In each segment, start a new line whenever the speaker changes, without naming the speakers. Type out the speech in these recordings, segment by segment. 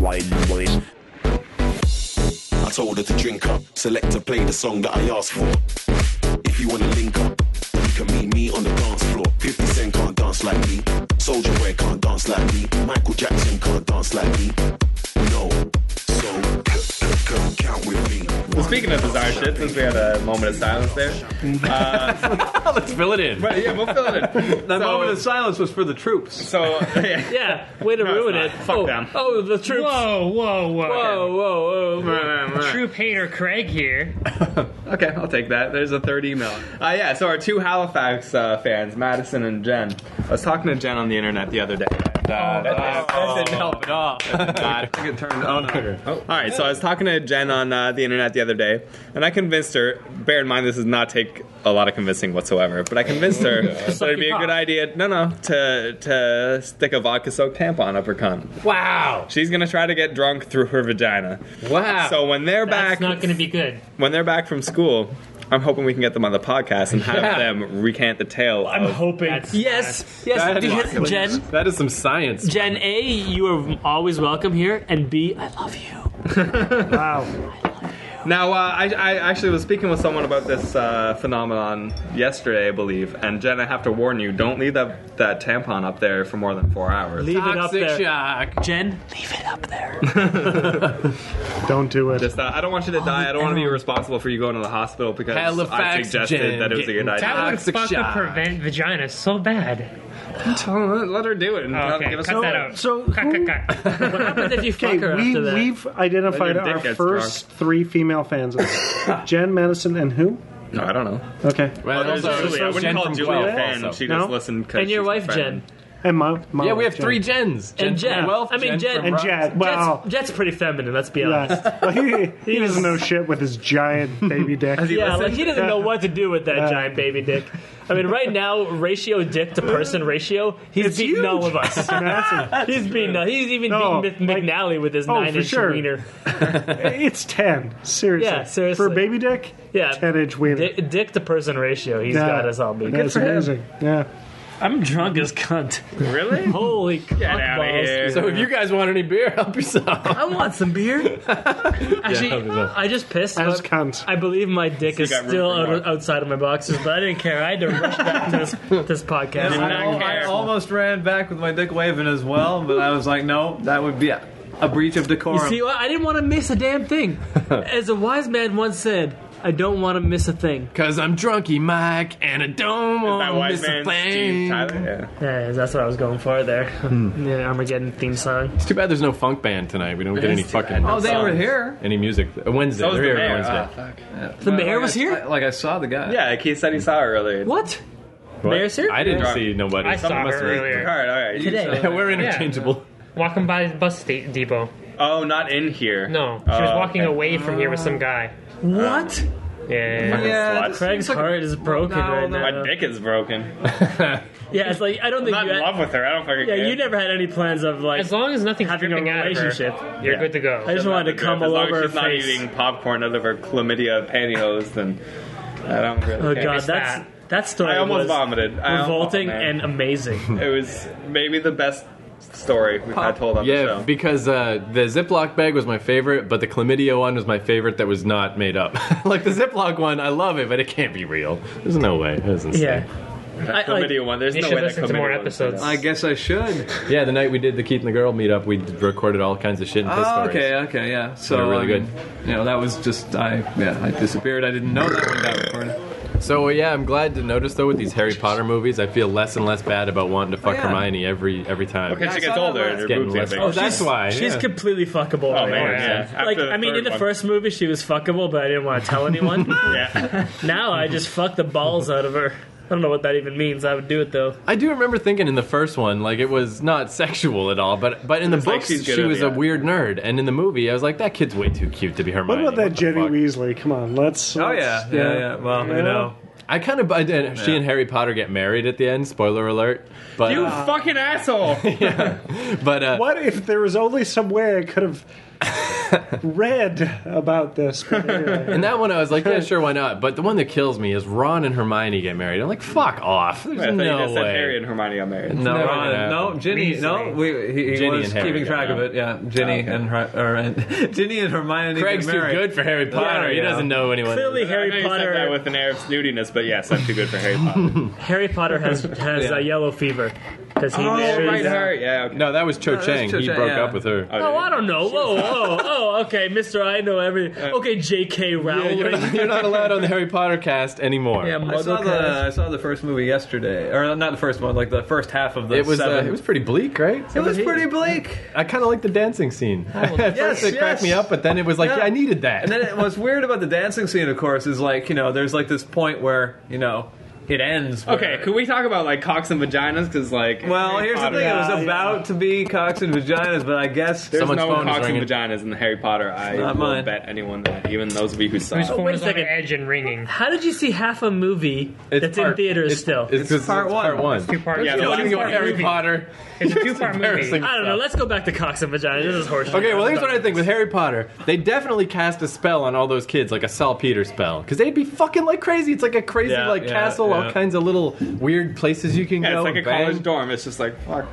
white noise.
I told her to drink up, select to play the song that I asked for. If you wanna link up, then you can meet me on the dance floor. 50 Cent can't dance like me, Soldier Boy can't dance like me, Michael Jackson can't dance like me. No, so come count with me.
Well, speaking of bizarre shit, since we had a moment of silence there,
Let's fill it in.
but yeah, we'll fill it in.
That
so,
moment of silence was for the troops.
so yeah.
Yeah, way to
No, it's
ruin
not.
it.
Fuck
oh,
them.
Oh, the troops.
Whoa, whoa, whoa.
Whoa, whoa, whoa.
Troop hater Craig here.
Okay, I'll take that. There's a third email. Uh, yeah, so our two Halifax uh, fans, Madison and Jen. I was talking to Jen on the internet the other day. And, uh, that, that
Oh.
didn't help at all. I think it turned on her. All right, so I was talking to Jen on uh, the internet the other day, and I convinced her. Bear in mind, this does not take a lot of convincing whatsoever, but I convinced her that it'd be a good idea. No, no, to to stick a vodka-soaked tampon up her cunt.
Wow.
She's gonna try to get drunk through her vagina.
Wow.
So when they're
That's
back,
not going to be good.
when they're back from school, I'm hoping we can get them on the podcast and have
Yeah.
them recant the tale.
I'm
of,
hoping.
yes, yes. Did you hear- Jen,
That is some science.
Jen A, you are always welcome here, and B, I love you.
Wow.
Now, uh, I, I actually was speaking with someone about this uh, phenomenon yesterday, I believe. And Jen, I have to warn you: don't leave that that tampon up there for more than four hours.
Leave it up
Toxic
there,
shock.
Jen. Leave it up there.
Don't do it.
Just, uh, I don't want you to die. I don't want to be responsible for you going to the hospital because I
Halifax
suggested
Jen
that it was a good
getting
idea.
That would
Toxic
fucking
shot.
prevent vagina so bad.
Let her do it. And
Oh, okay,
give us
cut
a-
that out.
so
cut,
who-
cut, cut.
What happens if you fuck
Okay,
her
we,
after that?
we've
Let
identified
your dick
our
get
first three female fans. Jen, Madison, and who?
No, I don't know.
Okay.
Well,
There's
also,
Julie. Oh, I
Jen
wouldn't call
from
Julie a
Guelph
fan.
also.
She
No?
just listened. 'cause
and your
she's a
wife,
friend.
Jen,
And my, my
Yeah, we
wife,
have three
Oh, Jen.
Jens.
and
Jen
Jen.
from Guelph,
I mean, Jen.
from
And
Rock-
Jen.
Jet's,
Wow.
Jet's pretty feminine. Let's be honest.
Yeah. Well, he, he doesn't know shit with his giant baby dick.
Has he
Yeah,
listened?
like he doesn't know what to do with that giant baby dick. I mean, right now, ratio dick to person ratio, he's beating all of us.
Massive.
He's beating. us. He's even
No,
beating Mc-
like-
McNally with his
Oh,
nine
for
inch
sure.
wiener.
It's 10. Seriously.
Yeah, seriously.
For a baby dick,
Yeah.
10 inch wiener.
Di- dick to person ratio. He's
Yeah.
got us all beat.
That's amazing. Yeah.
I'm drunk as cunt.
Really?
Holy Get
outta here.
So if you guys want any beer, help yourself.
I want some beer. Actually,
help yourself.
I just pissed.
As
but
cunt.
I believe my dick is
got room
still
for
out,
more.
outside of my boxes, but I didn't care. I had to rush back to this, this podcast.
I, al- I almost ran back with my dick waving as well, but I was like, no, that would be a, a breach of decorum.
You see, what? I didn't want to miss a damn thing. As a wise man once said, I don't want to miss a thing.
Cause I'm drunky, Mike, and I don't
That
want to
wise
miss
man,
a thing.
Steve Tyler. Yeah.
Yeah, that's what I was going for there.
Hmm.
Yeah, Armageddon theme song.
It's too bad there's no funk band tonight. We don't get any fucking.
Oh,
songs,
here.
Any music? Uh, Wednesday.
So was
They're
the
here
mayor.
on Wednesday.
Ah,
The mayor was here?
like I saw the guy.
Yeah, like he said he saw her earlier.
What?
What?
Mayor's here?
I didn't
Yeah.
see nobody.
I
Someone
saw
must
her
have-
All
earlier.
right, all right.
Today.
Yeah, we're interchangeable.
Walking by the bus sta- depot.
Oh, not in here.
No, she
Oh,
was walking
okay.
away from here with some guy.
What?
Yeah.
Yeah,
Slut.
Craig's heart is broken right now.
My dick is broken.
Yeah, it's like I don't
I'm
think
not
you.
in
Had,
love with her. I don't fucking
yeah,
care.
you never had any plans of like.
As long as nothing's
Having a
dripping out of her,
relationship.
you're
Yeah.
good to go.
I just wanted to come
as
all
long
over
as
her
she's not
face.
eating popcorn out of her chlamydia pantyhose, then I don't really
oh
care.
god,
miss
that's that, story
I almost
was
vomited. I almost-
revolting
oh, man.
and amazing.
It was maybe the best story we've had told on the
Yeah,
show.
because uh, the Ziploc bag was my favorite, but the chlamydia one was my favorite that was not made up. like the Ziploc one, I love it, but it can't be real. There's no way. That's insane.
yeah, I, like,
chlamydia one. There's
You
no
should
way that
listen to more
chlamydia was made
episodes.
up.
I
guess I should. Yeah, the night we did the Keith and the Girl meetup, we d- recorded all kinds of shit and piss stories.
Oh, okay, okay, yeah. So
They're really
um, You know, that was just I yeah I disappeared. I didn't know that one got recorded.
So uh, yeah, I'm glad to notice though with these Harry Potter movies, I feel less and less bad about wanting to fuck
Oh, yeah.
Hermione every every time.
Because she
I
gets
saw that
older and
last-
her
Getting
boobs get
less-
bigger.
Oh, that's why.
she's
yeah.
completely fuckable.
Oh,
right
man,
now.
yeah. After
Like
the
I mean,
third
in the
one.
first movie she was fuckable, but I didn't want to tell anyone.
Yeah.
now I just fuck the balls out of her. I don't know what that even means. I would do it though.
I do remember thinking in the first one, like it was not sexual at all, but but in the
It's like
books
she's good
she
at
was
the
a
eye.
weird nerd, and in the movie I was like, that kid's way too cute to be
What
Hermione.
about that
the
Jenny
fuck?
Weasley? Come on, let's.
Oh
let's-
yeah, yeah, yeah. Well, you know,
I kind of, I did, she and Harry Potter get married at the end. Spoiler alert! But
You fucking asshole!
but uh,
What if there was only some way I could have read about this. But anyway.
And that one, I was like, yeah, sure, why not? But the one that kills me is Ron and Hermione get married. I'm like, fuck off. There's
I thought you
no
just said Harry
way.
and Hermione got married.
No,
Never
Ron,
gonna
no,
happen.
Ginny, no.
Weasley.
We, he he
Ginny
was
and Harry
keeping
got
track of it. Yeah, Ginny and her, or and Ginny and Hermione.
Craig's
get
too
married.
good for Harry Potter. He
yeah.
doesn't know anyone.
Clearly,
I know
Harry
you said that
Potter.
with an air of snootiness, but yes, I'm too good for Harry Potter.
Harry Potter has has uh, yellow fever because he
oh,
marries.
right, her. Yeah. Okay.
No, that was Cho
that's
Chang.
Cho
He
Chang,
broke
yeah. Uh,
up with her.
Oh,
Oh, I don't know. Whoa, whoa, oh, okay, Mister, I know everything.
Uh,
Okay, J.K.
Yeah,
Rowling.
you're, not, you're not allowed on the Harry Potter cast anymore.
Yeah,
I saw
Muggle
the
cast.
I saw the first movie yesterday, or uh, not the first one, like the first half of the.
it was uh,
seven.
it was pretty bleak, right?
It was pretty bleak,
I kind of like the dancing scene. At
yes,
first it cracked
yes.
me up, but then it was like,
Yeah.
yeah, I needed that.
and then it, what's weird about the dancing scene, of course, is like you know, there's like this point where you know it ends. where-
Okay, could we talk about like cocks and vaginas? Because like,
Well,
Harry
here's the
Potter-
thing. It was
Yeah,
about to be cocks and vaginas, but I guess
There's
Someone's
no
phone is
cocks and
ringing.
vaginas in the Harry Potter. I
not
will
mine.
bet anyone that, even those of you who saw
Whose
it.
phone
wait a
is on
second.
the edge and ringing?
How did you see half a movie that's in
part-
theaters
it's-
still?
It's, 'cause it's part one.
Two part.
Yeah,
Yeah,
the
Telling
last
you
part
Harry
movie.
Potter.
It's a two part
embarrassing.
movie.
I don't know. Let's go back to cocks and vaginas. This is horseshit.
Okay, well, here's what I think. With Harry Potter, they definitely cast a spell on all those kids, like a salpeter spell, because they'd be fucking like crazy. It's like a crazy
Yeah,
like
yeah,
castle,
yeah.
all kinds of little weird places you can
Yeah,
go.
it's like a
and bang.
college dorm. It's just like fuck.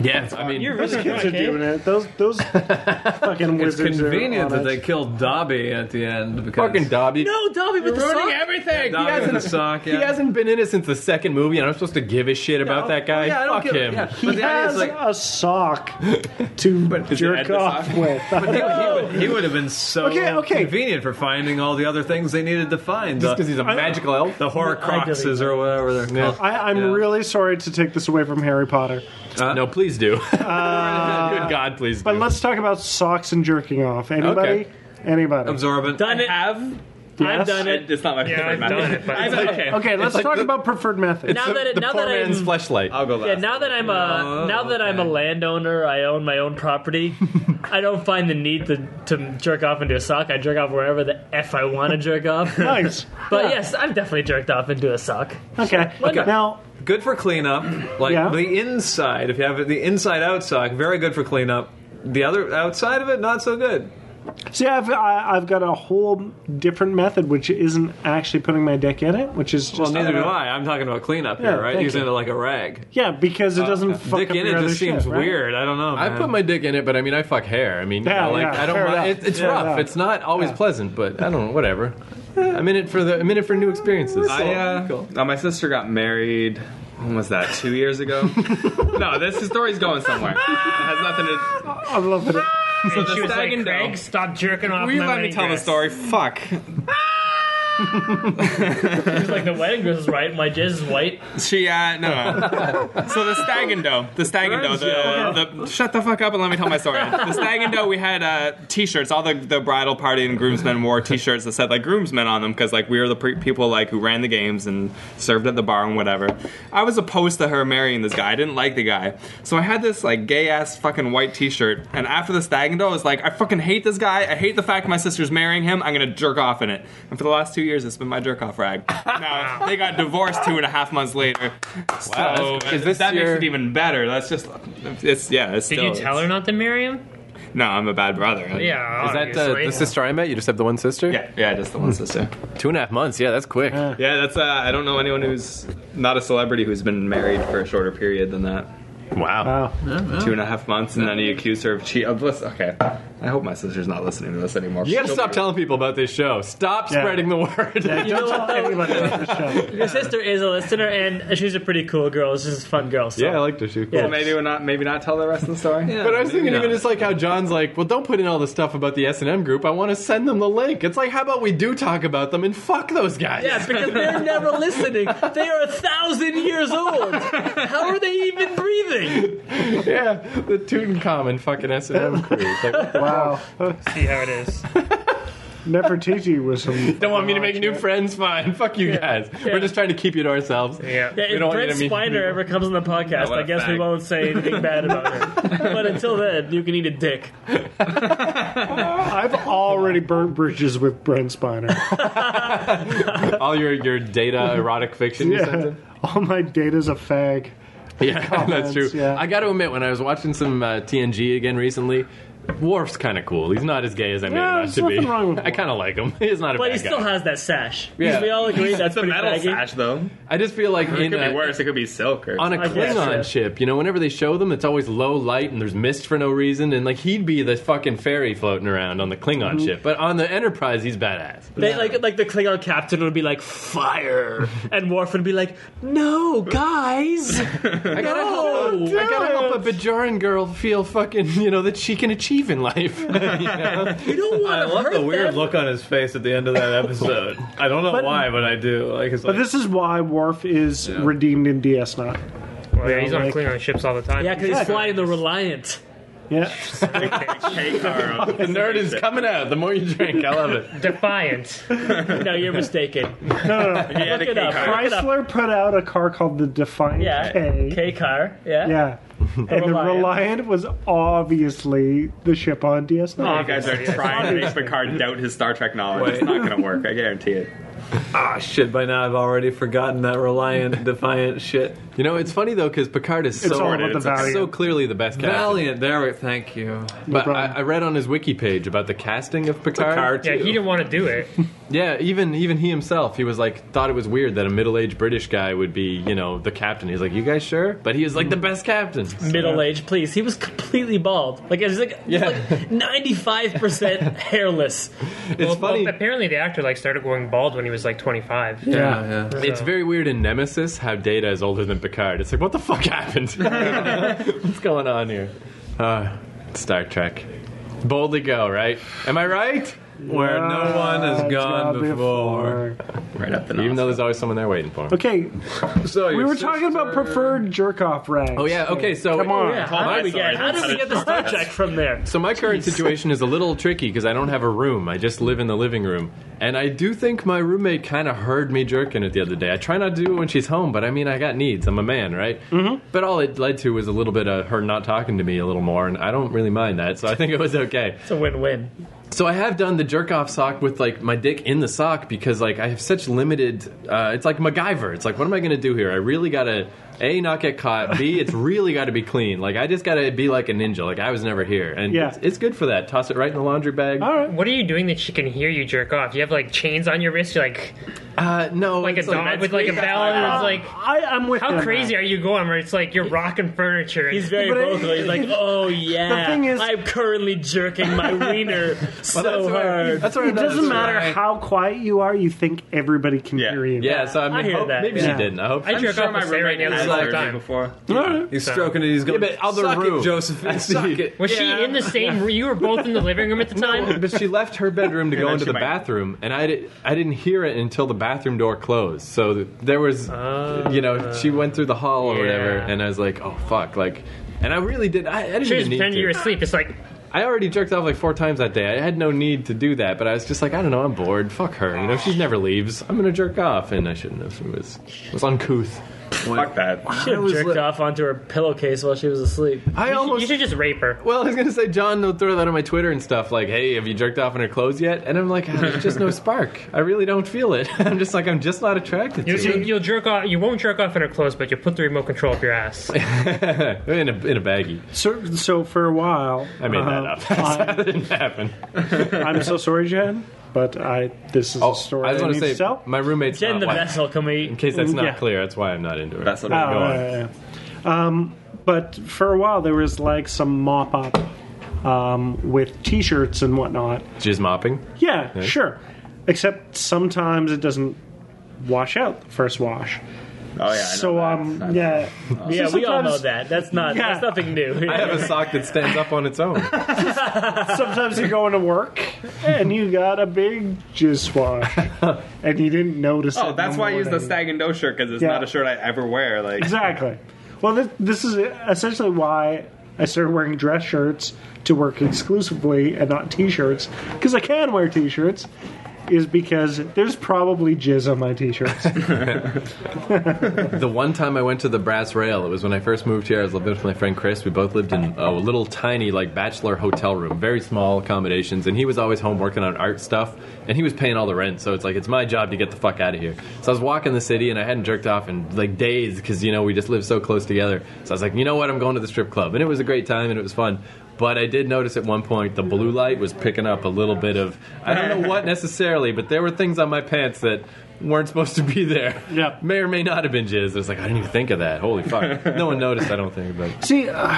Yeah, I mean,
Those kids are doing it. Those those fucking
It's
wizards are
convenient
on
that
it.
they killed Dobby at the end because
fucking Dobby.
No, Dobby, but the
Ruining
song.
everything.
Dobby
hasn't-
with the sock.
He
yeah.
hasn't been in it since the second movie, and I'm supposed to give a shit about
Oh,
that guy.
Yeah, I don't
Fuck
give,
him.
Yeah.
He
But the idea
has
is like.
a sock to jerk
Ed the
off
sock?
with.
He would have been so
Okay, okay.
convenient for finding all the other things they needed to find.
Just
The,
because he's a magical elf.
the Horcruxes or whatever they're called.
I, I'm
Yeah.
really sorry to take this away from Harry Potter,
Uh,
No, please do. Good God, please
but
do.
let's talk about socks and jerking off. Anybody?
Okay.
Anybody?
Absorbent.
Done it.
Have
I've
Yes.
done it.
it's not my
Yeah,
favorite
I've
method.
done it, but
I've- okay.
Okay, let's
like
talk
the-
about preferred methods.
It's
Now
the,
that it-
the
now
poor
that
man's
I'm-
fleshlight.
I'll go last.
Yeah, now that I'm a
Oh,
now that I'm a
okay.
landowner, I own my own property. I don't find the need to, to jerk off into a sock. I jerk off wherever the f I want to jerk off.
nice.
But yes, I've definitely jerked off into a sock.
Okay.
Okay.
Now,
Good for cleanup. Like
Yeah.
the inside. If you have the inside out sock, very good for cleanup. The other outside of it, not so good.
see, I've I, I've got a whole different method, which isn't actually putting my dick in it, which is just
Well, neither do I. I'm talking about cleanup
Yeah,
here, right?
thank
Using
you.
it like a rag.
Yeah, because it doesn't fuck
Uh, Dick
up
in
your
it
other
just seems
shit, right?
weird. I don't know.
I
man.
put my dick in it, but I mean, I fuck hair. I mean, you
Yeah,
know, like
yeah,
I don't
fair
mind.
enough.
It, it's
Fair
rough.
enough.
It's not always
Yeah.
pleasant, but I don't know. Whatever. I'm in it for the. I'm in it for new experiences.
I, uh, uh, my sister got married. When was that? Two years ago? no, this the story's going somewhere. It has nothing to.
I love it.
So she
stag
was like,
and
Craig,
doe.
stop jerking off.
Will you
my
let me
wedding
tell the
dress."
story? Fuck.
It's like the wedding dress is right, my jizz is white.
She uh no. so the stag and doe, the stag and doe, the, the shut the fuck up and let me tell my story. The stag and doe, we had uh, t-shirts. All the, the bridal party and groomsmen wore t-shirts that said like groomsmen on them because like we were the pre- people like who ran the games and served at the bar and whatever. I was opposed to her marrying this guy. I didn't like the guy, so I had this like gay ass fucking white t-shirt. And after the stag and doe, I was like, I fucking hate this guy. I hate the fact my sister's marrying him. I'm gonna jerk off in it. And for the last two years, it's been my jerk off rag. Now they got divorced two and a half months later. So
Wow, is this
Oh, that
your-
makes it even better. That's just it's yeah. It's
Did
still,
you tell her not to marry him?
No, I'm a bad brother.
Yeah.
Is that uh,
obviously.
the sister I met? You just have the one sister?
Yeah, yeah, just the one sister.
Two and a half months. Yeah, that's quick.
Yeah, that's. Uh, I don't know anyone who's not a celebrity who's been married for a shorter period than that,
Wow.
Wow.
two and a half months, and then he accused her of cheating. Okay, I hope my sister's not listening to this anymore.
You gotta stop telling people about this show. Stop
Yeah.
spreading the word.
Don't tell anybody about the show.
Your sister is a listener and she's a pretty cool girl. She's a fun girl. So.
yeah, I liked her. She was cool.
Yeah.
Maybe we're not. Maybe not tell the rest of the story.
But I was thinking even just like how John's like, well, don't put in all the stuff about the S and M group. I want to send them the link. It's like, how about we do talk about them and fuck those guys?
Yeah, because they're never listening. They are a thousand years old. How are they even breathing?
yeah. The Tutankhamun fucking S and M crew. It's like, what the-
Wow.
See how it is.
Nefertiti was some.
don't want me to make new friends? Fine, fuck you guys. We're just trying to keep you to ourselves.
Yeah.
Yeah,
We
if
don't
Brent
need to meet
Spiner
people.
ever comes on the podcast,
what
I
a
guess we
fag.
won't say anything bad about her. But until then, you can eat a dick.
I've already burnt bridges with Brent Spiner.
All your your data erotic fiction. You sent
Yeah.
in?
All my data's a fag.
Yeah, that's true.
yeah.
I got to admit, when I was watching some uh, TNG again recently, Worf's kind of cool. He's not as gay as I made
Yeah,
him out
there's
to be.
nothing wrong with
I kind of like him. He's not a
But
bad
he still
guy.
has that sash.
Yeah.
We all agree that's
It's a
pretty
metal
baggy.
sash, though.
I just feel like
It
in
could
a,
be worse. It could be silk or
on a
I guess,
Klingon
yeah.
ship, you know, whenever they show them, it's always low light and there's mist for no reason, and like he'd be the fucking fairy floating around on the Klingon
Mm-hmm.
ship, but on the Enterprise, he's badass.
They, like like the Klingon captain would be like fire, and Worf would be like, "No, guys,
I gotta help, I gotta help a Bajoran girl feel fucking, you know, that she can achieve in life. You know?
you don't
I
want to
love
hurt
the weird
them."
look on his face at the end of that episode. I don't know why, but I do. Like, it's
But
like,
this is why Worf is redeemed in DS9.
Well, yeah, he's on
like-
Klingon ships all the time.
Yeah, because he's flying the Reliant.
Yeah.
K car.
the nerd is coming out the more you drink. I love it.
Defiant.
No, you're mistaken.
No, no, no.
Yeah,
Look it up. Look it up.
Chrysler put out a car called the Defiant
Yeah,
K.
K car. Yeah.
Yeah. And the
Reliant.
Reliant was obviously the ship on DS9.
Oh, You guys are trying to make Picard doubt his Star Trek knowledge. It's not going to work. I guarantee it.
ah, shit, by now I've already forgotten that Reliant, Defiant shit.
You know, it's funny though because Picard is
It's all
so
about the
it's like
value.
so clearly the best captain.
Valiant, there we thank you.
But I,
problem.
I read on his wiki page about the casting of
Picard,
Yeah, he didn't want to do it.
Yeah, even even he himself, he was like thought it was weird that a middle-aged British guy would be, you know, the captain. He's like, "You guys sure?" But he is like the best captain.
Middle age, please. He was completely bald. Like it was like
Yeah.
ninety-five percent hairless.
It's
well,
funny.
well, apparently the actor like started going bald when he was like 25.
Yeah, yeah.
it's very weird in Nemesis how Data is older than Picard. It's like, what the fuck happened? What's going on here? Uh, Star Trek. Boldly go, right? Am I right?
Where no one has gone before.
Right up the
Even
nose.
though there's always someone there waiting for him.
Okay,
So
we were talking about preferred jerk off rags.
Oh yeah. Okay. So
Come on.
Yeah, how
my
did we get?
sorry,
How did we get the Star Trek from there?
So my current situation is a little tricky because I don't have a room. I just live in the living room, and I do think my roommate kind of heard me jerking it the other day. I try not to do it when she's home, but I mean, I got needs. I'm a man, right? Mm-hmm. But all it led to was a little bit of her not talking to me a little more, and I don't really mind that, so I think it was okay.
It's a win-win.
So I have done the jerk off sock with like my dick in the sock because like I have such limited. Uh, it's like MacGyver. It's like what am I gonna do here? I really gotta a not get caught. B it's really gotta be clean. Like I just gotta be like a ninja. Like I was never here, and
Yeah.
it's, it's good for that. Toss it right in the laundry bag.
All right.
What are you doing that she can hear you jerk off? You have like chains on your wrist. You're like
Uh, no,
like a
it's
dog with like a bell, and it's like.
I, I'm with you
How
on
crazy
that.
are you going? Where it's like you're rocking furniture. And
He's very
But it-
vocal. He's like, "Oh yeah,
thing is-
I'm currently jerking my wiener so
that's why-
hard."
That's what
It doesn't matter how quiet you are, you think everybody can
Yeah.
hear you.
Yeah, so I, mean,
I hear
hope-
that,
Maybe she
yeah.
didn't. I hope.
I
she-
jerk off with Sarah Neal all the time.
before.
He's stroking it. He's going.
Yeah, but other
suck
room.
it, Josephine.
I see.
Suck it.
Was she in the same? room? You were both in the living room at the time.
but she left her bedroom to go
then
into
she
the
might-
bathroom, and I, di- I didn't hear it until the bathroom door closed. So th- there was,
Ah.
you know, she went through the hall or whatever,
yeah.
and I was like, oh fuck, like, and I really did. I, I didn't
She was
even need
pretending you were
to.
asleep. It's like
I already jerked off like four times that day. I had no need to do that, but I was just like, I don't know, I'm bored. Fuck her, you know, she never leaves. I'm gonna jerk off, and I shouldn't have. It was, it was uncouth.
Fuck that.
She jerked off onto her pillowcase while she was asleep.
I almost
you should just rape her.
Well, I was gonna say, John, they'll throw that on my Twitter and stuff. Like, hey, have you jerked off in her clothes yet? And I'm like, ah, there's just no spark. I really don't feel it. I'm just like, I'm just not attracted
You,
to
you,
it.
you'll jerk off. You won't jerk off in her clothes, but you'll put the remote control up your ass.
in a in a baggie.
So, so for a while,
I made
uh,
that up. that didn't happen.
I'm so sorry, Jen, but I this is a story
I
I,
was
need
gonna
to
say,
sell.
my roommate's
Jen
not
the
white.
vessel, can
In
we?
case that's not
Yeah.
clear, that's why I'm not into it.
That's what
Oh,
I'm
yeah,
going.
yeah, yeah. Um, but for a while, there was like some mop up um, with T-shirts and whatnot.
Jizz mopping.
Yeah, sure. Except sometimes it doesn't wash out the first wash.
Oh yeah. I know
so
that.
um, yeah,
Yeah, we all know
sometimes-
that. That's not.
Yeah.
That's nothing new.
I have a sock that stands up on its own.
Sometimes you're going to work and you got a big jizz swash, and you didn't notice. it
Oh,
in
that's
the
why I use the
morning.
Stag and Doe shirt because it's
Yeah.
not a shirt I ever wear. Like,
Exactly. Well, this, this is essentially why I started wearing dress shirts to work exclusively and not t-shirts because I can wear t-shirts. Is because there's probably jizz on my t-shirts.
the one time I went to the Brass Rail, it was when I first moved here. I was living with my friend Chris. We both lived in a little tiny, like, bachelor hotel room, very small accommodations. And he was always home working on art stuff, and he was paying all the rent. So it's like, it's my job to get the fuck out of here. So I was walking the city, and I hadn't jerked off in like days because you know we just live so close together. So I was like, you know what? I'm going to the strip club, and it was a great time, and it was fun. But I did notice at one point the blue light was picking up a little bit of I don't know what necessarily, but there were things on my pants that weren't supposed to be there.
Yeah.
May or may not have been jizz. I was like, I didn't even think of that. Holy fuck. No one noticed, I don't think, but
See, uh,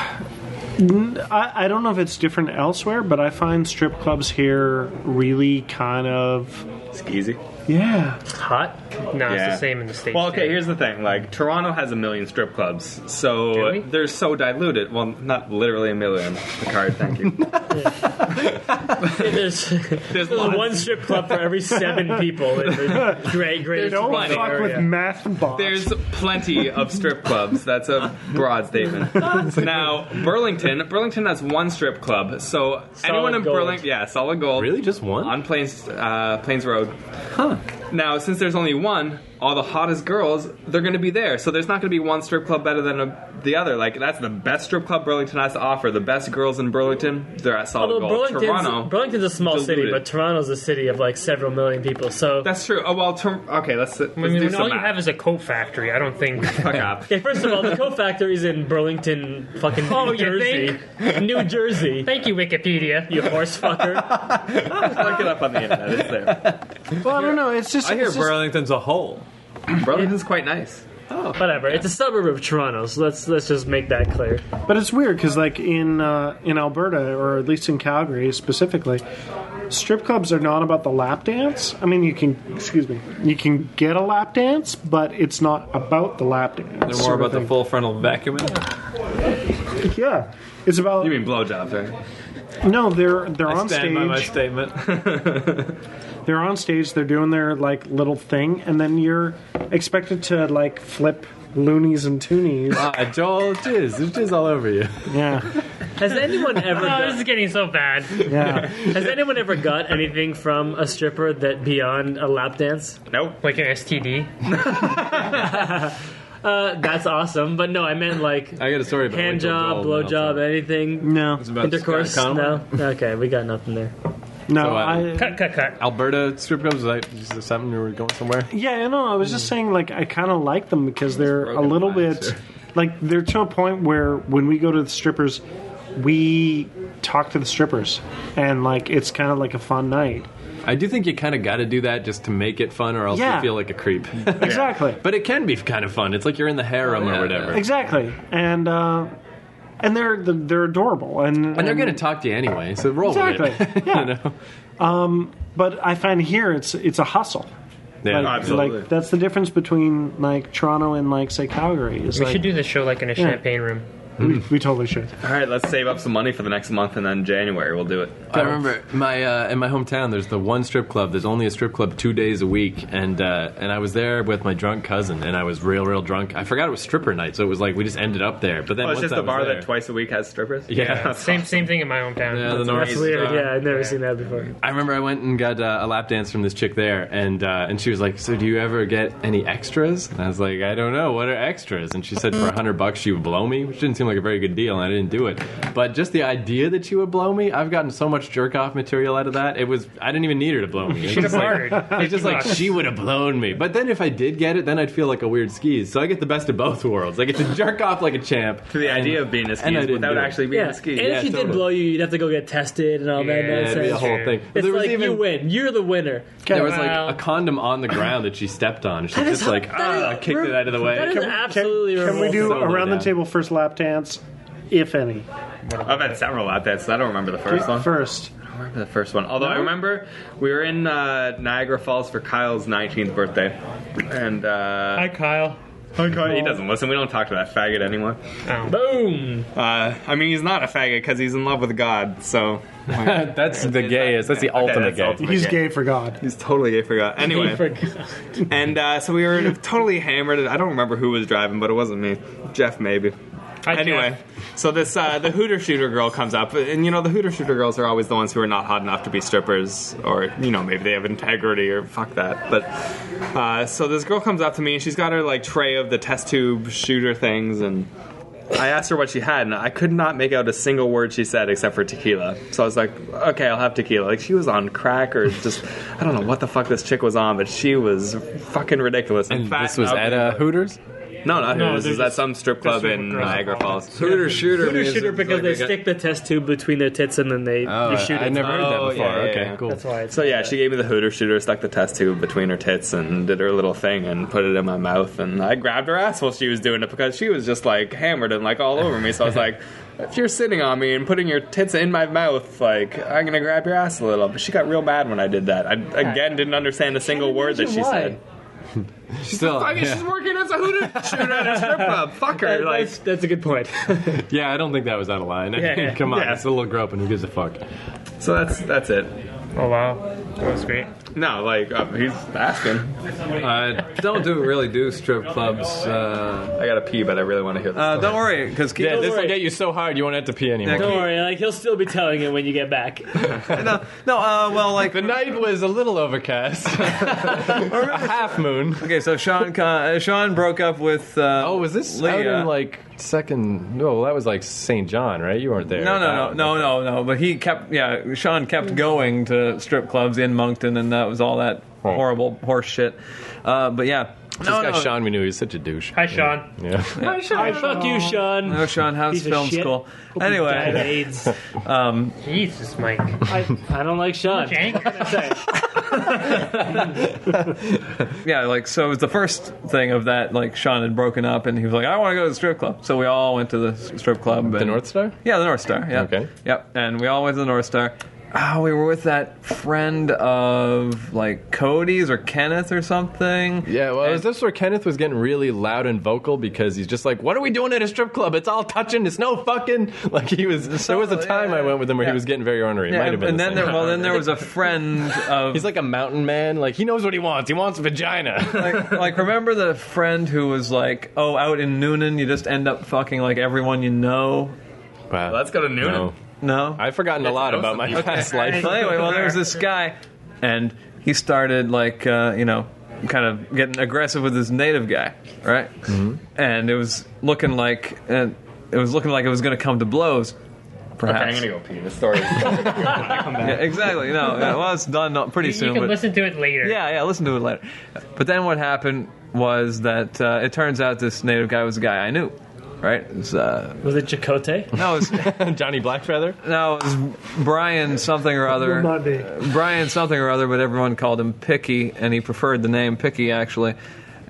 n- I, I don't know if it's different elsewhere, but I find strip clubs here really kind of.
It's easy.
Yeah.
Hot? No, it's
Yeah.
the same in the States.
Well, okay,
too.
here's the thing. Like, Toronto has a million strip clubs, so
Do we?
they're so diluted. Well, not literally a million. Picard, thank you.
There's, there's
lots.
one strip club for every seven people in the great, great
Don't
Toronto
fuck
area.
with math bots.
There's plenty of strip clubs. That's a broad statement. now, Burlington. Burlington has one strip club. So anyone in
gold.
Burlington, yeah, solid gold.
really just one?
on Plains uh, Plains Road. Huh. Now, since there's only one, all the hottest girls they're going to be there. So there's not going to be one strip club better than a, the other. Like that's the best strip club Burlington has to offer. The best girls in Burlington, they're at Solid
Although
Gold. Toronto.
Burlington's, Burlington's a small city,
diluted.
but Toronto's a city of like several million people. So
that's true. Oh well. Tor- okay, let's, let's
I mean,
do
when
some
all you
math.
have is a coat factory, I don't think.
Fuck up.
Okay, first of all, the co-factor is in Burlington, fucking New
Oh, you
Jersey. New Jersey,
Thank you, Wikipedia.
you horse fucker.
Look it up on the internet. It's there.
well, I don't know. It's just.
I hear
it's just-
Burlington's a hole.
Burlington's quite nice.
Whatever. It's a suburb of Toronto, so let's let's just make that clear.
But it's weird because, like in uh, in Alberta or at least in Calgary specifically, strip clubs are not about the lap dance. I mean, you can excuse me, you can get a lap dance, but it's not about the lap dance.
They're more
sort of
about the
thing.
full frontal vacuum.
Yeah, it's about
You mean blowjobs, right?
no. They're they're
I
on
stand by my
stage.
statement.
They're on stage. They're doing their like little thing, and then you're expected to like flip loonies and toonies.
Ah, Joel, jizz. There's jizz all over you.
yeah,
Has anyone ever
Oh, this
got,
is getting so bad.
yeah.
has anyone ever got anything from a stripper that beyond a lap dance?
Nope.
Like an STD.
Uh, that's awesome, but no, I meant like
I got a story about
hand
like,
job,
Joel
blow
now,
job, eh?
so-
anything.
No,
about
Intercourse?
Scott Connell.
No. Okay, we got nothing there.
no.
So, uh,
I,
Cut, cut, cut.
Alberta strip clubs, like, is there something you were going somewhere?
Yeah, I know. I was just saying, like, I kind of like them because they're a
broken
little
glass,
bit,
sure.
like, they're to a point where when we go to the strippers, we talk to the strippers, and like, it's kind of like a fun night.
I do think you kind of got to do that just to make it fun, or else
Yeah.
you feel like a creep.
Exactly,
but it can be kind of fun. It's like you're in the harem
Yeah.
or whatever,
exactly, and uh, and they're they're adorable, and
and they're going to talk to you anyway. So roll with
Exactly.
it.
Yeah. Um,
you know?
But I find here it's it's a hustle.
Yeah.
Like,
Absolutely.
like, that's the difference between like Toronto and like say Calgary. Is
We
like,
should do this show like in a champagne room.
we, we totally should.
All right, let's save up some money for the next month, and then January we'll do it.
I remember my uh, in my hometown. There's the one strip club. There's only a strip club two days a week, and uh, and I was there with my drunk cousin, and I was real, real drunk. I forgot it was stripper night, so it was like we just ended up there. But then
Oh, it's
once
just
I
a
was
bar
there-
that twice a week has strippers.
Yeah.
Same, same thing in my hometown.
Yeah, the
That's
North-
weird.
uh, Oh,
yeah, I've never seen that before.
I remember I went and got uh, a lap dance from this chick there, and uh, and she was like, "So do you ever get any extras?" And I was like, "I don't know. What are extras?" And she said, "For a hundred bucks, she would blow me," which didn't seem like a very good deal, and I didn't do it. But just the idea that she would blow me, I've gotten so much jerk off material out of that. It was I didn't even need her to blow me. It was
Should have
just like-
bartered.
It's just like she would have blown me. But then if I did get it, then I'd feel like a weird skis. So I get the best of both worlds. I get to jerk off like a champ.
To the idea of being a
and I
ski
didn't
without
do it.
actually being
Yeah,
a ski.
and
yeah,
if you did
totally.
blow you, you'd have to go get tested and all that
Yeah,
It'd
nonsense.
be a whole thing.
It's
There was
like you
even-
win. You're the winner.
There was like
Well-
a condom on the ground that she stepped on. She just like
that is-
ah, kicked it out of the way.
That is absolutely
Can, can we
remorseful.
do
Totally
around the
down.
table first lap dance, if any?
I've had several lap dances. I don't remember the first one.
First.
I remember the first one. Although I remember we were in uh, Niagara Falls for Kyle's 19th birthday, and uh,
Hi, Kyle.
he doesn't listen. We don't talk to that faggot anymore.
Oh.
Boom.
Uh, I mean, he's not a faggot because he's in love with God. So
that's the gayest. That's the
Okay,
ultimate
that's
gay.
ultimate
He's gay for God.
He's totally I forgot. Anyway,
I forgot.
and uh, so we were totally hammered. I don't remember who was driving, but it wasn't me. Jeff maybe.
Hi,
anyway,
Jeff.
so this uh, the Hooter Shooter girl comes up, and you know the Hooter Shooter girls are always the ones who are not hot enough to be strippers, or you know maybe they have integrity or fuck that. But uh, so this girl comes up to me, and she's got her like tray of the test tube shooter things, and I asked her what she had, and I could not make out a single word she said except for tequila. So I was like, okay, I'll have tequila. Like she was on crack or just I don't know what the fuck this chick was on, but she was fucking ridiculous. In
And
fact,
Hmm, this was
okay.
at uh, Hooters.
No, not
No,
here. This
they're
is at
just-
some strip club
they're
in
super gross.
Niagara Falls.
Hooter shooter.
Hooter
means
shooter
it's
because
like
they
got-
stick the test tube between their tits and then they
Oh,
you shoot
I, I
it.
never heard that
Oh,
before.
yeah, yeah,
okay,
yeah.
cool.
That's why it's
So yeah, she gave me the hooter shooter, stuck the test tube between her tits, and did her little thing, and put it in my mouth, and I grabbed her ass while she was doing it because she was just like hammered and like all over me. So I was like, if you're sitting on me and putting your tits in my mouth, like I'm gonna grab your ass a little. But she got real mad when I did that. I again didn't understand a single word that she
Imagine why.
said.
Still,
Fucking,
yeah.
she's working as a hooter shooter at a strip club. Fuck her.
That-
Like,
that's, that's a good point.
yeah, I don't think that was out of line. I
Yeah,
mean,
yeah.
Come on,
Yeah.
it's a little grope, and who gives a fuck?
so that's that's it.
Oh wow, that was great.
No, like uh, he's asking.
Uh, don't do really do strip clubs. Uh,
I gotta pee, but I really want to hear. This
Uh, don't worry, because
yeah,
Keith.
this will
worry.
get you so hard you won't have to pee anymore.
Don't worry, like he'll still be telling it when you get back.
No, no. Uh, well, like
The night was a little overcast. a half moon.
okay, so Sean Con- uh, Sean broke up with. Uh,
Oh, was this out
Leah.
in like second? No, that was like St. John, right? You weren't there.
No,
That
no,
one.
no, no, no, no. But he kept, yeah, Sean kept going to strip clubs in Moncton, and that was all that
Right.
horrible horse shit. Uh, but yeah,
This guy Sean we knew he's such a douche.
Hi, Sean.
Yeah.
Hi, fuck you, Sean.
No, Sean, how's
Piece of
film
shit.
school?
Hope you die of
Anyway,
AIDS.
Jesus, Mike.
I, I don't like Sean.
Jank.
Sorry.
yeah, like so it was the first thing of that. Like Sean had broken up, and he was like, "I want to go to the strip club." So we all went to the s- strip club.
The
and-
North Star?
Yeah, the North Star. Yeah.
Okay.
Yep. And we all went to the North Star. Oh, we were with that friend of like Cody's or Kenneth or something.
Yeah, well,
And-
is this where Kenneth was getting really loud and vocal because he's just like, "What are we doing at a strip club? It's all touching. It's no fucking." Like he was. there was a time I went with him where
Yeah.
he was getting very ornery. It
Yeah,
might have
and,
been.
and
the
then
same
there, well, then there was a friend of
He's like a mountain man. Like he knows what he wants. He wants a vagina.
like, like remember the friend who was like, oh, out in Noonan, you just end up fucking like everyone you know.
wow.
Let's go to Noonan.
No.
No.
I've forgotten a lot
those
about
are
my
people.
past life.
well, anyway, well, there was this guy, and he started like uh, you know, kind of getting aggressive with this native guy, right? And it was looking like, and it was looking like it was going to come to blows.
Okay,
Perhaps.
I'm gonna go pee. This story.
yeah, exactly. No, yeah, well, it's done not pretty
You
soon.
can
but-
listen to it later.
Yeah, yeah, listen to it later. But then what happened was that uh, it turns out this native guy was a guy I knew, right? It was, uh,
Was it Chakotay?
no, it was,
Johnny Blackfeather.
no, it was Brian something or other.
Will not be.
Brian something or other, but everyone called him Picky, and he preferred the name Picky actually.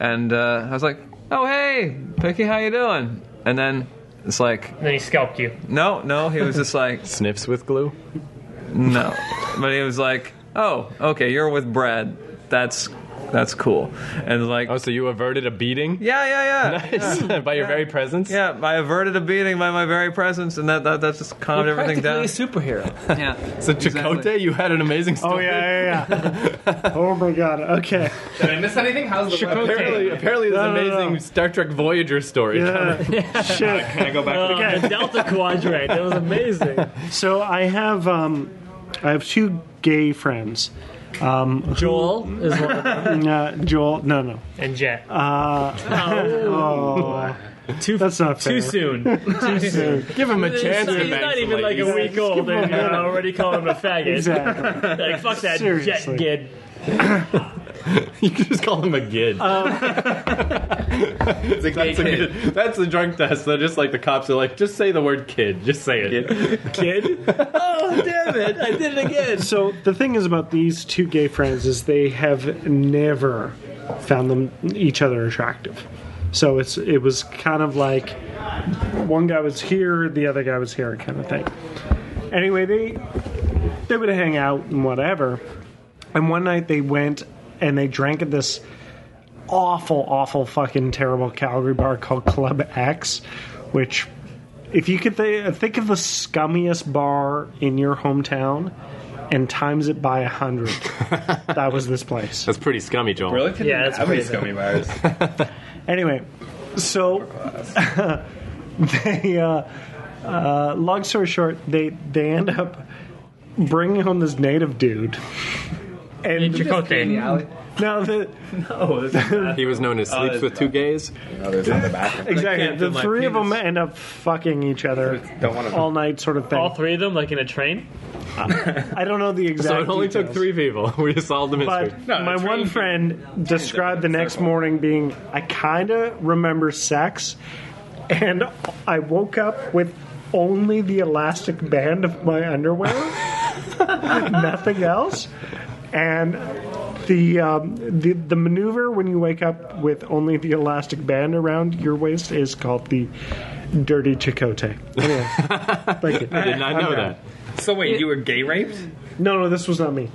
And uh, I was like, "Oh hey, Picky, how you doing?" And then it's like,
And then he scalped you.
"No, no," he was just like,
Sniffs with glue.
No, but he was like, "Oh, okay, you're with Brad. That's that's cool." And like,
Oh, so you averted a beating?
"Yeah, yeah, yeah."
By your very presence?
Yeah, I averted a beating by my very presence, and that that, that just calmed everything down.
superhero.
yeah.
So, Chakotay,
Exactly.
you had an amazing story.
Oh yeah, yeah, yeah. oh my god. Okay.
Did I miss anything? How's the weather?
Apparently, apparently this
No, no, no.
amazing Star Trek Voyager story.
Yeah. Uh, Shit.
Can I go back to the
Oh, the Delta Quadrant. That was amazing.
So I have um, I have two gay friends. Um,
Joel is one of them.
uh, Joel. No, no.
And Jet.
Oh,
Too,
That's not fair.
too soon. Too soon.
Give him a chance.
He's
Max,
not even like a week old, and you're already calling him a faggot.
Exactly.
Like fuck that
Seriously.
jet kid.
You can just call him a gid. that's, Um, a
kid.
good- that's the drunk test. They're just like the cops are like, just say the word kid. Just say it.
Kid? Oh damn it! I did it again.
So the thing is about these two gay friends is they have never found them each other attractive. So it's it was kind of like one guy was here, the other guy was here, kind of thing. Anyway, they they would hang out and whatever. And one night they went and they drank at this awful, awful, fucking terrible Calgary bar called Club X, which if you could th- think of the scummiest bar in your hometown and times it by a hundred, that was this place.
That's pretty scummy, Joel.
Really?
Yeah, that's
How many scummy
pretty
bars?
Anyway, so they, uh, uh, long story short, they they end up bringing home this native dude, and
Chakotay.
Now the
He was known as Sleeps with Two Gays.
exactly
can't
the
do my
three of them
penis.
end up fucking each other
Don't want to.
all night sort of thing.
All three of them, like in a train.
I don't know the exact.
So it only took
details.
three people. We just solved the mystery.
But
No,
my
it's
one
really-
friend described the next morning being, I kind of remember sex, and I woke up with only the elastic band of my underwear, nothing else. And the, um, the the maneuver when you wake up with only the elastic band around your waist is called the dirty chicote. Anyway, thank you.
I did not know that.
So wait, you were gay raped?
No, no, this was not me.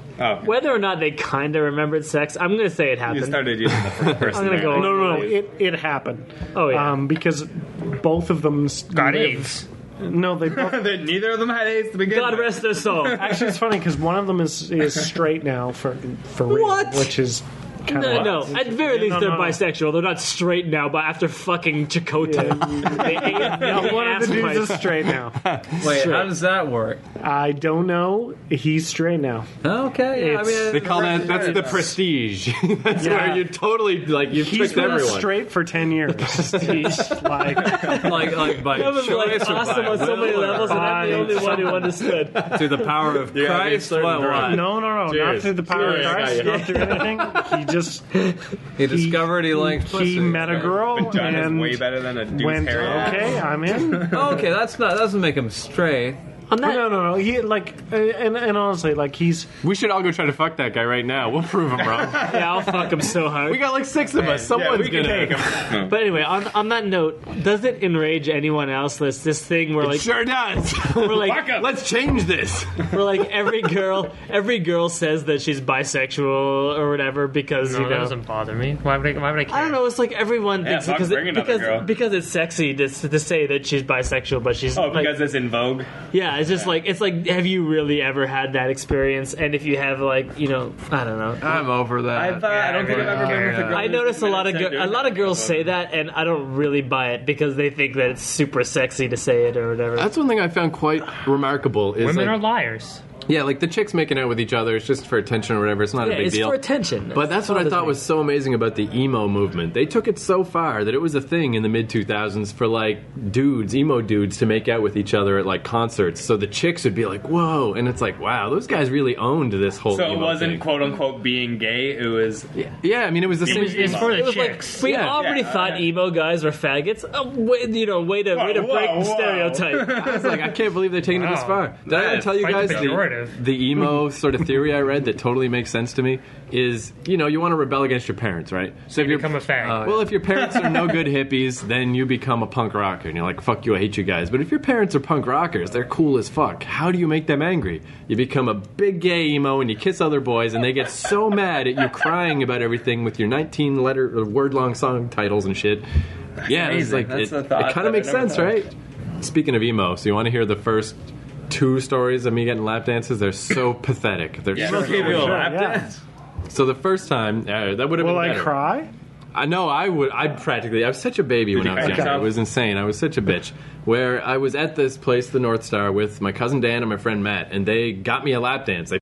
Whether or not they kind of remembered sex, I'm gonna say it
You
happened.
started using the first person.
I'm
there.
gonna go-
No,
No, no, no. It, it happened.
Oh, yeah.
Um, because both of them s-
Got
live-
AIDS.
No, they both.
no, that neither of them had AIDS to begin.
God
with.
rest their soul. no,
Actually, it's funny because one of them is is straight now for for real,
What?
which is kind of
no. At very least,
no,
they're
no.
bisexual. They're not straight now, but after fucking Chakotay, they ate no,
One of the dudes is
ass
straight now.
Wait, how does that work?
I don't know. He's straight now.
Okay, yeah, I mean,
They call that that's the prestige. that's
Yeah.
where you totally like you
He's
tricked
been
everyone.
straight for ten years. He's like
like like by
That was like
choice or
awesome
by
on so
will
many
or
levels, and I'm the
fine.
only one who understood.
through the power of
I mean,
Christ.
certain
what,
drugs.
what?
no, no, no, not
Cheers.
through the power
Cheers.
of Christ, not through anything. He just
He discovered he liked
he
pussy.
met a girl
Vagina's
and
way better than a dude's
went.
hair.
Okay, I'm in.
okay, that's not that doesn't make him straight.
On that,
No, no, no. He like, uh, and and honestly, like he's
We should all go try to fuck that guy right now. We'll prove him wrong.
yeah, I'll fuck him so hard.
we got like six of us.
Yeah,
Someone's
we can
gonna
take him.
But anyway, on, on that note, does it enrage anyone else? This this thing where like
sure does.
we're like
Let's change this.
we're like every girl every girl says that she's bisexual or whatever because
No,
you
that
know
doesn't bother me. Why would I? Why would I care?
I don't know. It's like everyone thinks
fuck,
because
bring
it,
another
because,
girl.
because it's sexy to, to say that she's bisexual, but she's
Oh,
like,
because it's in vogue.
yeah, it's just like it's like have you really ever had that experience? And if you have, like you know, I don't know.
I'm over that.
I've, uh, I don't think I've ever been with a girl.
I notice a lot of gir- a lot of girls say that, and I don't really buy it because they think that it's super sexy to say it or whatever.
That's one thing I found quite remarkable. Is
Women
like,
are liars.
yeah, like the chicks making out with each other. It's just for attention or whatever. It's not
yeah,
a big
it's
deal.
for attention.
But that's what I thought was so amazing about the emo movement. They took it so far that it was a thing in the mid 2000s for like dudes, emo dudes, to make out with each other at like concerts. So the chicks would be like, "Whoa!" And it's like, "Wow, those guys really owned this whole."
So it
emo
wasn't
thing.
quote unquote being gay. It was
Yeah, I mean, it was the
It
same.
was, it's for the
It was
chicks.
Like, we
Yeah.
already
Yeah,
thought
yeah.
emo guys were faggots. Oh, way, you know, way to way to
Whoa,
break
whoa,
the
whoa.
stereotype.
It's like I can't believe they're taking it this
Wow.
far. Did I
Yeah,
ever tell you
quite
guys the,
pejorative.
the emo sort of theory I read that totally makes sense to me is you know you want to rebel against your parents, right? So if you
become a fag.
Well, if your parents are no good hippies, then you become a punk rocker, and you're like, "Fuck you, I hate you guys." But if your parents are punk rockers, they're cool as fuck. How do you make them angry? You become a big gay emo and you kiss other boys, and they get so mad at you crying about everything with your 19 letter or word long song titles and shit. yeah, it's
amazing.
like
That's
it,
a thought
it
that
kind
I
of makes
never
sense,
thought of.
right? Speaking of emo, so you want to hear the first two stories of me getting lap dances? They're so pathetic. They're so,
Give you a lap
yeah.
dance.
so the first time uh, that would have
will
been
I
better.
cry?
I know I would. I practically. I was such a baby when I was
catch
younger.
up?
It was insane. I was such a bitch. Where I was at this place, the North Star, with my cousin Dan and my friend Matt, and they got me a lap dance. They,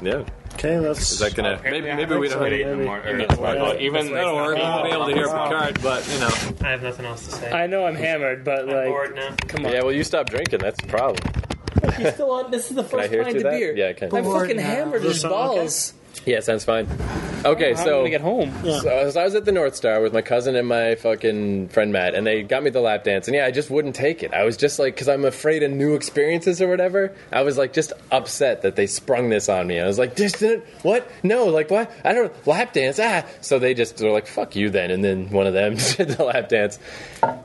yeah.
Okay, that's
Is that gonna? Maybe, maybe we don't have to. Even that'll work. You won't be able to hear Picard, but you know.
I have nothing else to say.
I know I'm hammered, but
bored now.
come
Yeah. Well, you stopped drinking. That's the problem.
He's still on. This is the
Can I
first
hear through that? Yeah. I can.
fucking hammered
Does as it sound okay? balls.
Yeah. Sounds fine. Okay. So
home.
So, so I was at the North Star with my cousin and my fucking friend Matt, and they got me the lap dance. And yeah, I just wouldn't take it. I was just like, because I'm afraid of new experiences or whatever. I was like, just upset that they sprung this on me. I was like, this didn't, what? No, like what? I don't lap dance. Ah. So they just were like, fuck you then. And then one of them did the lap dance.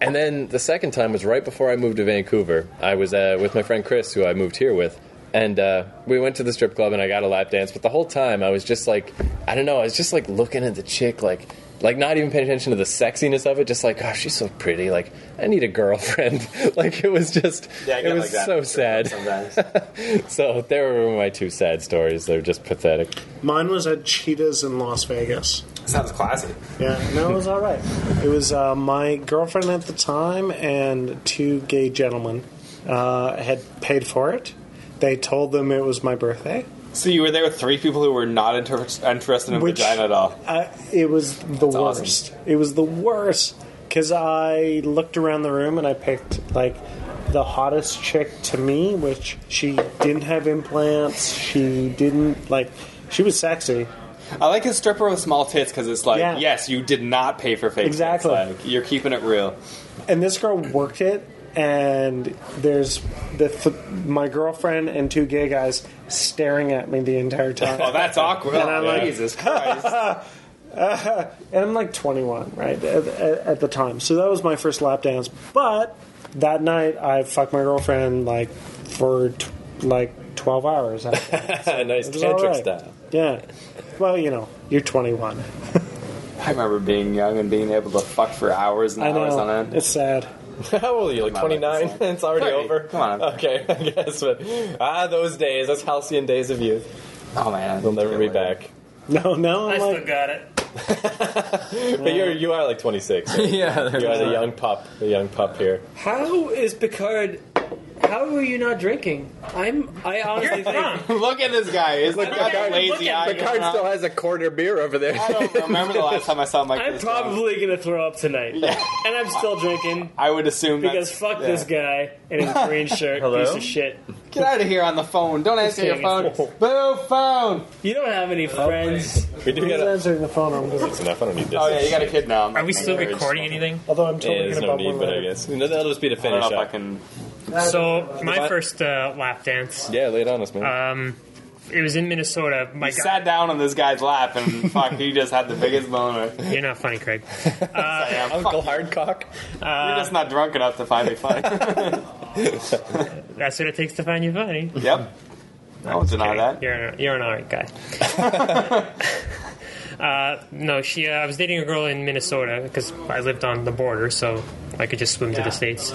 And then the second time was right before I moved to Vancouver. I was uh, with my friend Chris, who I moved here with and uh, we went to the strip club and I got a lap dance. But the whole time I was just like, I don't know, I was just like looking at the chick, like, like not even paying attention to the sexiness of it. Just like, gosh, she's so pretty. Like, I need a girlfriend. like it was just, it was so sad. so there were my two sad stories. They're just pathetic.
Mine was at Cheetahs in Las Vegas.
Sounds classy.
Yeah, no, it was all right. It was uh, my girlfriend at the time and two gay gentlemen uh, had paid for it. They told them it was my birthday,
So you were there with three people who were not inter- interested in
Which-
vagina at all.
I, it was the
awesome.
worst. It was the worst because I looked around the room and I picked like the hottest chick to me, which she didn't have implants. She didn't like. She was sexy.
I like a stripper with small tits because it's like,
Yeah.
yes, you did not pay for fake tits.
Exactly.
Like, you're keeping it real.
and this girl worked it and there's the th- my girlfriend and two gay guys staring at me the entire time
Oh, that's awkward.
And I'm like-
Jesus Christ.
and i'm like 21 right at, at, at the time so that was my first lap dance but that night i fucked my girlfriend like for t- like 12 hours after that.
nice
It was all
tantric
right.
style.
yeah well you know you're 21
I remember being young and being able to fuck for hours and
i
hours on
know
end.
it's sad
How old are you? Like
Come on,
29?
that's-
it's already
Thirty.
over?
Come on.
Okay, I guess. But ah, those days. Those halcyon days of youth.
oh man,
They'll never be back.
no no
I
i'm
still
like
got it.
But you're, you are like 26. Right?
Yeah,
You are the young pup. The young pup here.
How is Picard? How are you not drinking? I'm. I honestly think.
Look at this guy. He's like got that lazy eye.
Picard still has a quarter beer over there.
I don't remember the last time I saw Mike.
I'm
this young.
probably gonna throw up tonight, and I'm still drinking
I would assume
because
that's-
fuck
yeah.
this guy in his green shirt, piece of shit.
Get out of here on the phone. Don't answer your
kidding,
phone. Boo phone.
You don't have any friends.
We do
who's
get a,
answering the phone on this?
It's enough. I don't need this.
Oh yeah, you got a kid now. I'm
Are we
like,
still
married.
recording anything?
although i'm
Yeah,
totally
there's
gonna
no
about
need,
one
but I
later.
guess No, that'll just be to
I don't
finish
know if I
up.
can.
So my first uh, lap dance.
Yeah, lay it on us, man.
Um, it was in Minnesota. My
I
God,
sat down on this guy's lap and fuck, he just had the biggest boner.
you're not funny, Craig.
I am. Fuck,
Uh, Uncle Hardcock. Uh,
You're just not drunk enough to find me funny.
That's what it takes to find you funny.
yep. I won't deny that.
You're an, you're an alright guy. uh, no, she. Uh, I was dating a girl in Minnesota because I lived on the border, so I could just swim to the states.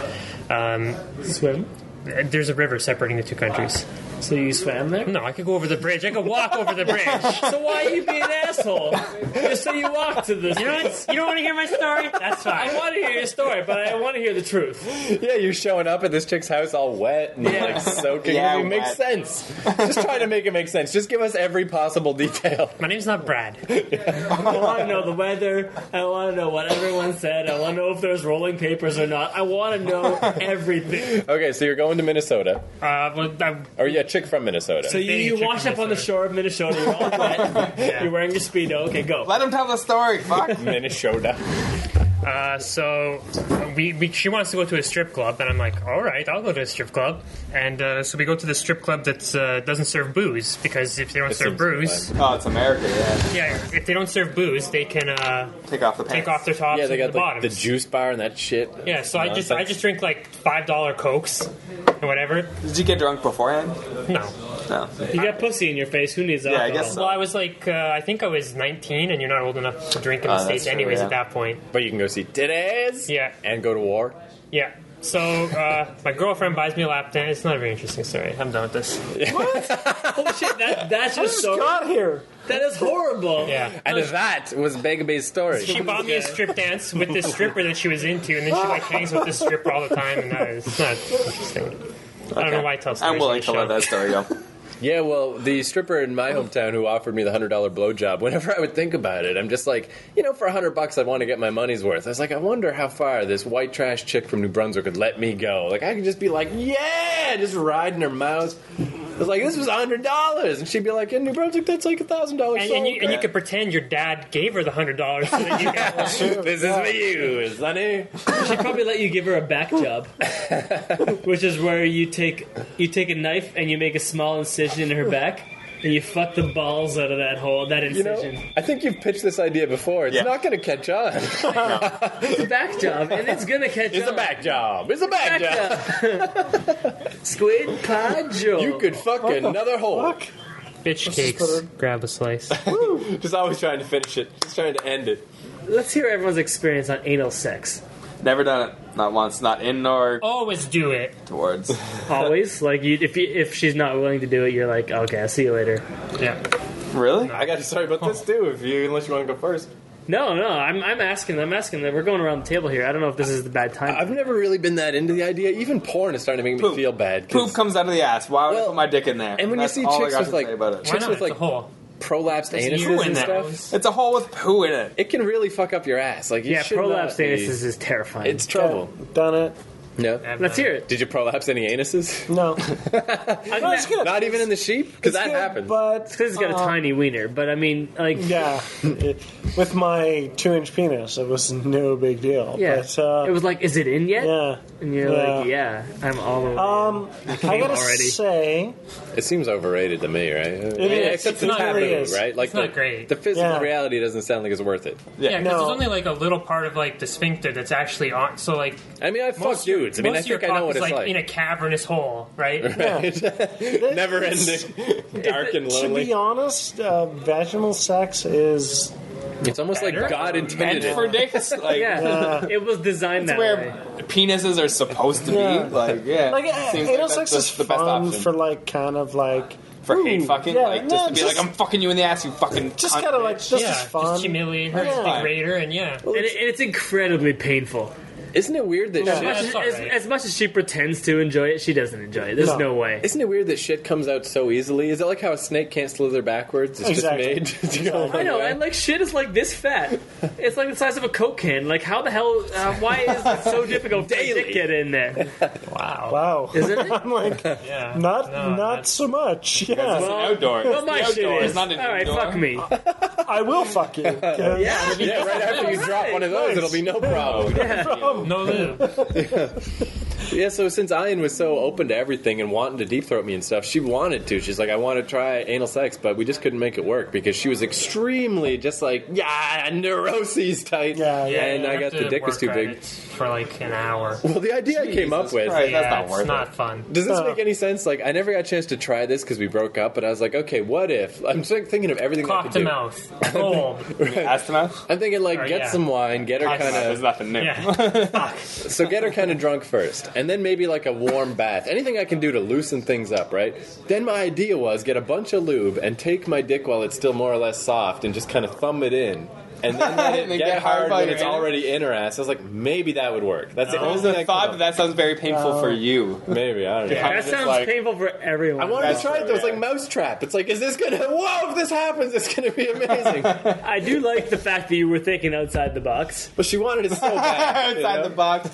Um,
Swim.
there's a river separating the two countries.
So you swam there?
No, I could go over the bridge. I could walk over the bridge.
So why you be an asshole? Just so you walked to this.
You know what? You don't want to hear my story? That's
I
fine.
want to hear your story, but I want to hear the truth.
Yeah, you're showing up at this chick's house all wet and like soaking.
Yeah,
it makes
wet.
sense. Just try to make it make sense. Just give us every possible detail.
My name's not Brad.
I want to know the weather. I want to know what everyone said. I want to know if there's rolling papers or not. I want to know everything.
Okay, so you're going to Minnesota,
Uh, well, I,
or yeah, chick from Minnesota.
So you, you wash up on the shore of Minnesota. You're all wet. You're wearing your speedo. Okay, go.
Let him tell the story. Fuck.
Minnesota.
Uh, so we, we she wants to go to a strip club, and I'm like, all right, I'll go to a strip club. And uh, so we go to the strip club that uh, doesn't serve booze because if they don't serve
seems
booze,
oh, it's America. Yeah.
yeah, if they don't serve booze, they can uh,
Take off the pants.
take off their tops
Yeah, they
and
got
the
like,
bottoms.
the juice bar and that shit.
yeah, so I just I just drink like five dollar cokes and whatever.
Did you get drunk beforehand?
No,
No.
You got pussy in your face. Who needs alcohol?
I guess so.
well, I was like, uh, I think I was 19, and you're not old enough to drink in the
Uh, that's
states,
true,
anyways.
yeah.
At that point,
But you can go see titties.
Yeah.
And go to war.
yeah. So uh, my girlfriend buys me a lap dance. It's not a very interesting story. I'm done with this.
Holy shit, that, that's your story.
got here
That is horrible.
Yeah.
And that was Begaby's story.
She bought me a strip dance with this stripper that she was into, and then she like hangs with this stripper all the time, and that is it's not interesting. I don't know why I tell stories.
I'm willing to
on
let
the
that story go.
Yeah, well, the stripper in my hometown who offered me the hundred dollar blowjob. Whenever I would think about it, I'm just like, you know, for a hundred bucks, I want to get my money's worth. I was like, I wonder how far this white trash chick from New Brunswick would let me go. Like, I could just be like, yeah, just riding her mouth. I was like, this was hundred dollars, and she'd be like, in New Brunswick, that's like a thousand dollars.
And, and, you, and you could pretend your dad gave her the hundred dollars so that you got
This is for you, sonny.
She'd probably let you give her a back job, which is where you take you take a knife and you make a small incision in her back, and you fuck the balls out of that hole, that
You know,
incision.
I think you've pitched this idea before. It's
Yeah.
not going to catch on.
It's a back job, and it's gonna catch
It's a
on.
back job. It's a back, job.
Squid Codjo.
You could fuck another hole.
bitch cakes. Grab a slice.
Just always trying to finish it. Just trying to end it.
Let's hear everyone's experience on anal sex.
Never done it. Not once. Not in nor
Always do it.
towards.
Always, like you, if you, if she's not willing to do it, you're like, okay, I'll see you later.
Yeah.
Really?
I got a story about this too. If you, unless you want to go first.
No, no, I'm, I'm asking. I'm asking. We're going around the table here. I don't know if this is the bad time.
I've never really been that into the idea. Even porn is starting to make me
Poop.
feel bad. 'cause-
Poop comes out of the ass. Why would I
Well,
put my dick in there?
and when you
That's
see
all I
chicks
got
with,
to
like,
say about it.
chicks with like
It's a hole.
prolapsed
you
anuses
in
and
that
stuff,
hose.
It's a hole with poo in it.
it can really fuck up your ass. Like you
yeah,
should
prolapse
not be-
anuses is terrifying.
It's trouble.
Done it.
No.
Let's hear it.
Did you prolapse any anuses?
No,
I'm
it's good.
Not even in the sheep, because
It's
that
good,
happens.
But um,
because it's got a
Uh,
tiny wiener, but I mean, like,
yeah, it- with my two-inch penis, it was no big deal.
yeah.
but, uh,
it was like, is it in yet?
yeah.
And you're
Yeah.
like, yeah, I'm all over.
Um, I gotta
already.
say,
It seems overrated to me, right? It
is.
Except
It
it's happening,
really is.
right? Like
It's not
the,
great.
The physical
Yeah.
reality doesn't sound like it's worth it.
Yeah, because
No.
there's only like a little part of like the sphincter that's actually on. So like,
I mean, I fuck
most of your-
dudes. I mean,
most
I
of your
think I know
cock
what
is,
it's like.
in a cavernous hole, right?
Never ending, dark and
to
lonely.
be honest, uh, vaginal sex is
It's almost like God
And
intended it.
for dicks, like
yeah,
Yeah.
it was designed
that's
that
where
way.
penises are supposed to be.
Yeah.
Like yeah,
like uh,
Seems
anal
like
sex
that's
is
the best
fun
option
for like kind of like
for
ooh,
hate fucking.
yeah,
like just
no,
to be
just-
like, I'm fucking you in the ass, you fucking.
just
cunt,
kind of like
bitch."
this
yeah,
is fun.
just humiliate her,
Yeah.
degrade her, and yeah.
And, it, and it's incredibly painful.
Isn't it weird that
As,
shit?
Yeah, that's all
as,
right.
as much as she pretends to enjoy it, she doesn't enjoy it. There's no,
No.
way.
Isn't it weird that shit comes out so easily? Is it like how a snake can't slither backwards? It's
Exactly.
just made to go
I
one
know,
way?
and like shit is like this fat. It's like the size of a coke can. Like how the hell? Uh, why is it so difficult to
Daily.
get in there?
wow,
Isn't it?
I'm like
Yeah.
not
No,
not
that's-
so much. Yeah,
Well,
outdoor.
well, my
It's
shit
outdoor,
is.
it's not an
All right,
indoor.
fuck me.
I will fuck you. yeah,
Yeah, right after you drop one of those, it'll be no problem.
No lube.
Yeah, so since Ian was so open to everything and wanting to deep throat me and stuff, she wanted to. She's like, I want to try anal sex, but we just couldn't make it work because she was extremely just like, yeah, neuroses tight.
Yeah, yeah.
and I
You
got
have to
the dick was
work
too
at
big.
it For like an hour.
Well, the idea I came up with.
Christ.
yeah,
That's not worth
it's
it.
not fun.
Does this
Huh.
make any sense? Like, I never got a chance to try this because we broke up, but I was like, okay, what if? I'm think- thinking of everything I
Cock
could
to
do.
mouth. Cold.
Ass to mouth.
I'm thinking like,
Or,
get
yeah.
some wine, get her kind
There's
of,
nothing new.
Yeah.
so get her kind of drunk first, and then maybe like a warm bath. Anything I can do to loosen things up, right? Then my idea was get a bunch of lube and take my dick while it's still more or less soft and just kind of thumb it in. And then let it
And then
get,
get hard
hard
by
when
your Oh.
it's
hand.
already in her ass. I was like, maybe that would work. That's the only
There's
thing
the
I
thought
thought
that that sounds very painful for you.
Maybe I don't know.
That sounds
like-
painful for everyone.
I wanted to
That's
try it. though. It's
true,
like mousetrap. It's like, is this gonna? Whoa! If this happens, it's gonna be amazing.
I do like the fact that you were thinking outside the box,
but she wanted it so bad. you
Outside
know?
the box.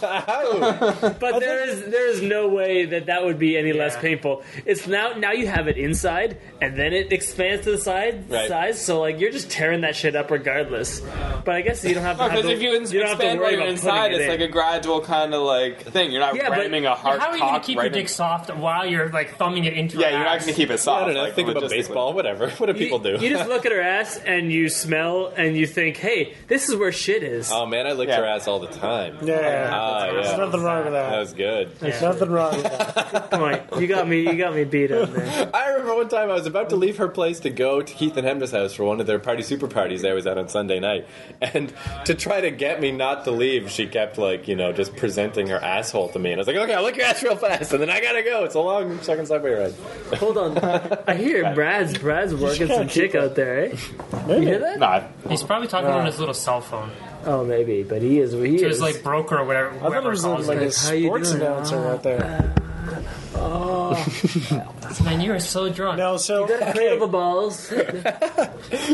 but there is there is no way that that would be any less
Yeah.
painful. It's now now you have it inside, and then it expands to the side
Right.
size. So like you're just tearing that shit up regardless. But I guess you don't have to. have
Because
to-
if you, ins-
you don't have to
expand while
worry
you're
about
inside,
putting
it's
it
like
in.
a gradual kind of like thing. You're not
Yeah, but-
ramming a hard
How are you
cock
going to keep
right
your
in-
dick soft while you're like thumbing it into
Yeah,
her
you're not
ass?
going to keep it soft.
I don't know.
like,
think about
logistically.
baseball. Whatever. What do people do?
You, you just look at her ass and you smell and you think, "Hey, this is where shit is."
oh man, I licked
Yeah.
her ass all the time.
yeah.
Ah,
There's
yeah.
nothing wrong with
That
that.
was good.
There's nothing wrong with that.
Point. You got me. You got me beat up there.
I remember one time I was about to leave her place to go to Keith and Hemda's house for one of their party super parties they was at on Sunday night. And to try to get me not to leave, she kept like, you know, just presenting her asshole to me. And I was like, okay, I'll lick your ass real fast. And then I gotta go. It's a long second subway ride.
Hold on. I hear Brad's Brad's working some chick out there. Eh? You hear that?
Nah,
He's probably talking on his little cell phone.
Oh, maybe, but he is. He
To
is
his like broker or whatever.
I thought it
whoever
was
calls
like
him.
a
How you
sports
doing?
announcer out there.
Man, you are so drunk.
No, so
Cradle the balls.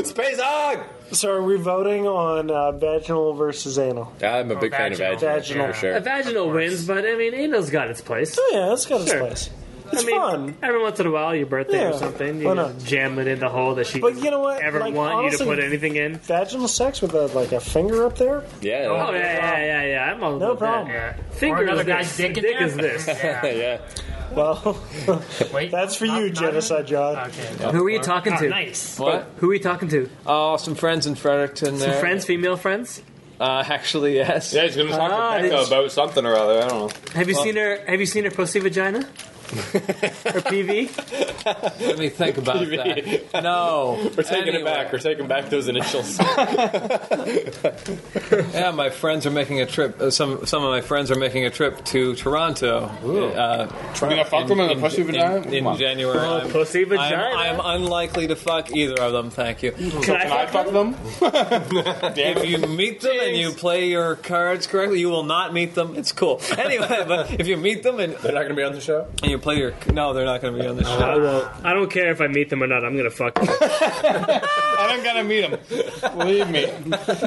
Space on!
so are we voting on uh, vaginal versus anal?
I'm a big fan of
Vaginal.
vaginal.
Vaginal.
For
A
sure.
vaginal wins, but I mean, anal's got its place.
Oh, yeah, that's got its
Sure.
place. It's
I mean,
fun.
every once in a while, your birthday or
Yeah,
something,
why
you just
not?
jam it in the hole that she
But you know what?
ever
Like,
want
honestly-
you to put anything in.
Vaginal sex with a, like a finger up there?
Yeah.
Oh yeah, yeah, yeah, yeah. I'm all
No
about
problem.
That.
Yeah.
Finger
or another
is
guy's
this.
dick in
Dick
there?
is this.
Yeah.
Yeah.
Well,
Wait,
that's for
not-
you,
not-
genocide John.
Okay.
Who are you talking
Ah,
to?
nice.
What?
Who are you talking to?
Oh, some friends in Fredericton there.
Some friends, female friends.
Uh, actually, yes.
Yeah, he's going to talk
Ah,
to
did-
Becca about something or other. I don't know.
Have you seen her? Have you seen her pussy vagina?
Or PV?
Let me think about that. No.
We're taking it back. We're taking back those initials.
Yeah, my friends are making a trip. Uh, some some of my friends are making a trip to Toronto. Uh,
gonna fuck them in the pussy vagina?
in, in January. I'm-
Oh, Pussy vagina.
I'm, I'm unlikely to fuck either of them. Thank you.
Can I
Can I
fuck
fuck them?
If you meet them and you play your cards correctly, you will not meet them. It's cool. Anyway, but if you meet them and,
They're not going to be on the show. Oh.
and you play your no, they're not going to be on the show.
I don't care if I meet them or not. I'm gonna fuck. Them.
I don't gotta meet them. Believe me.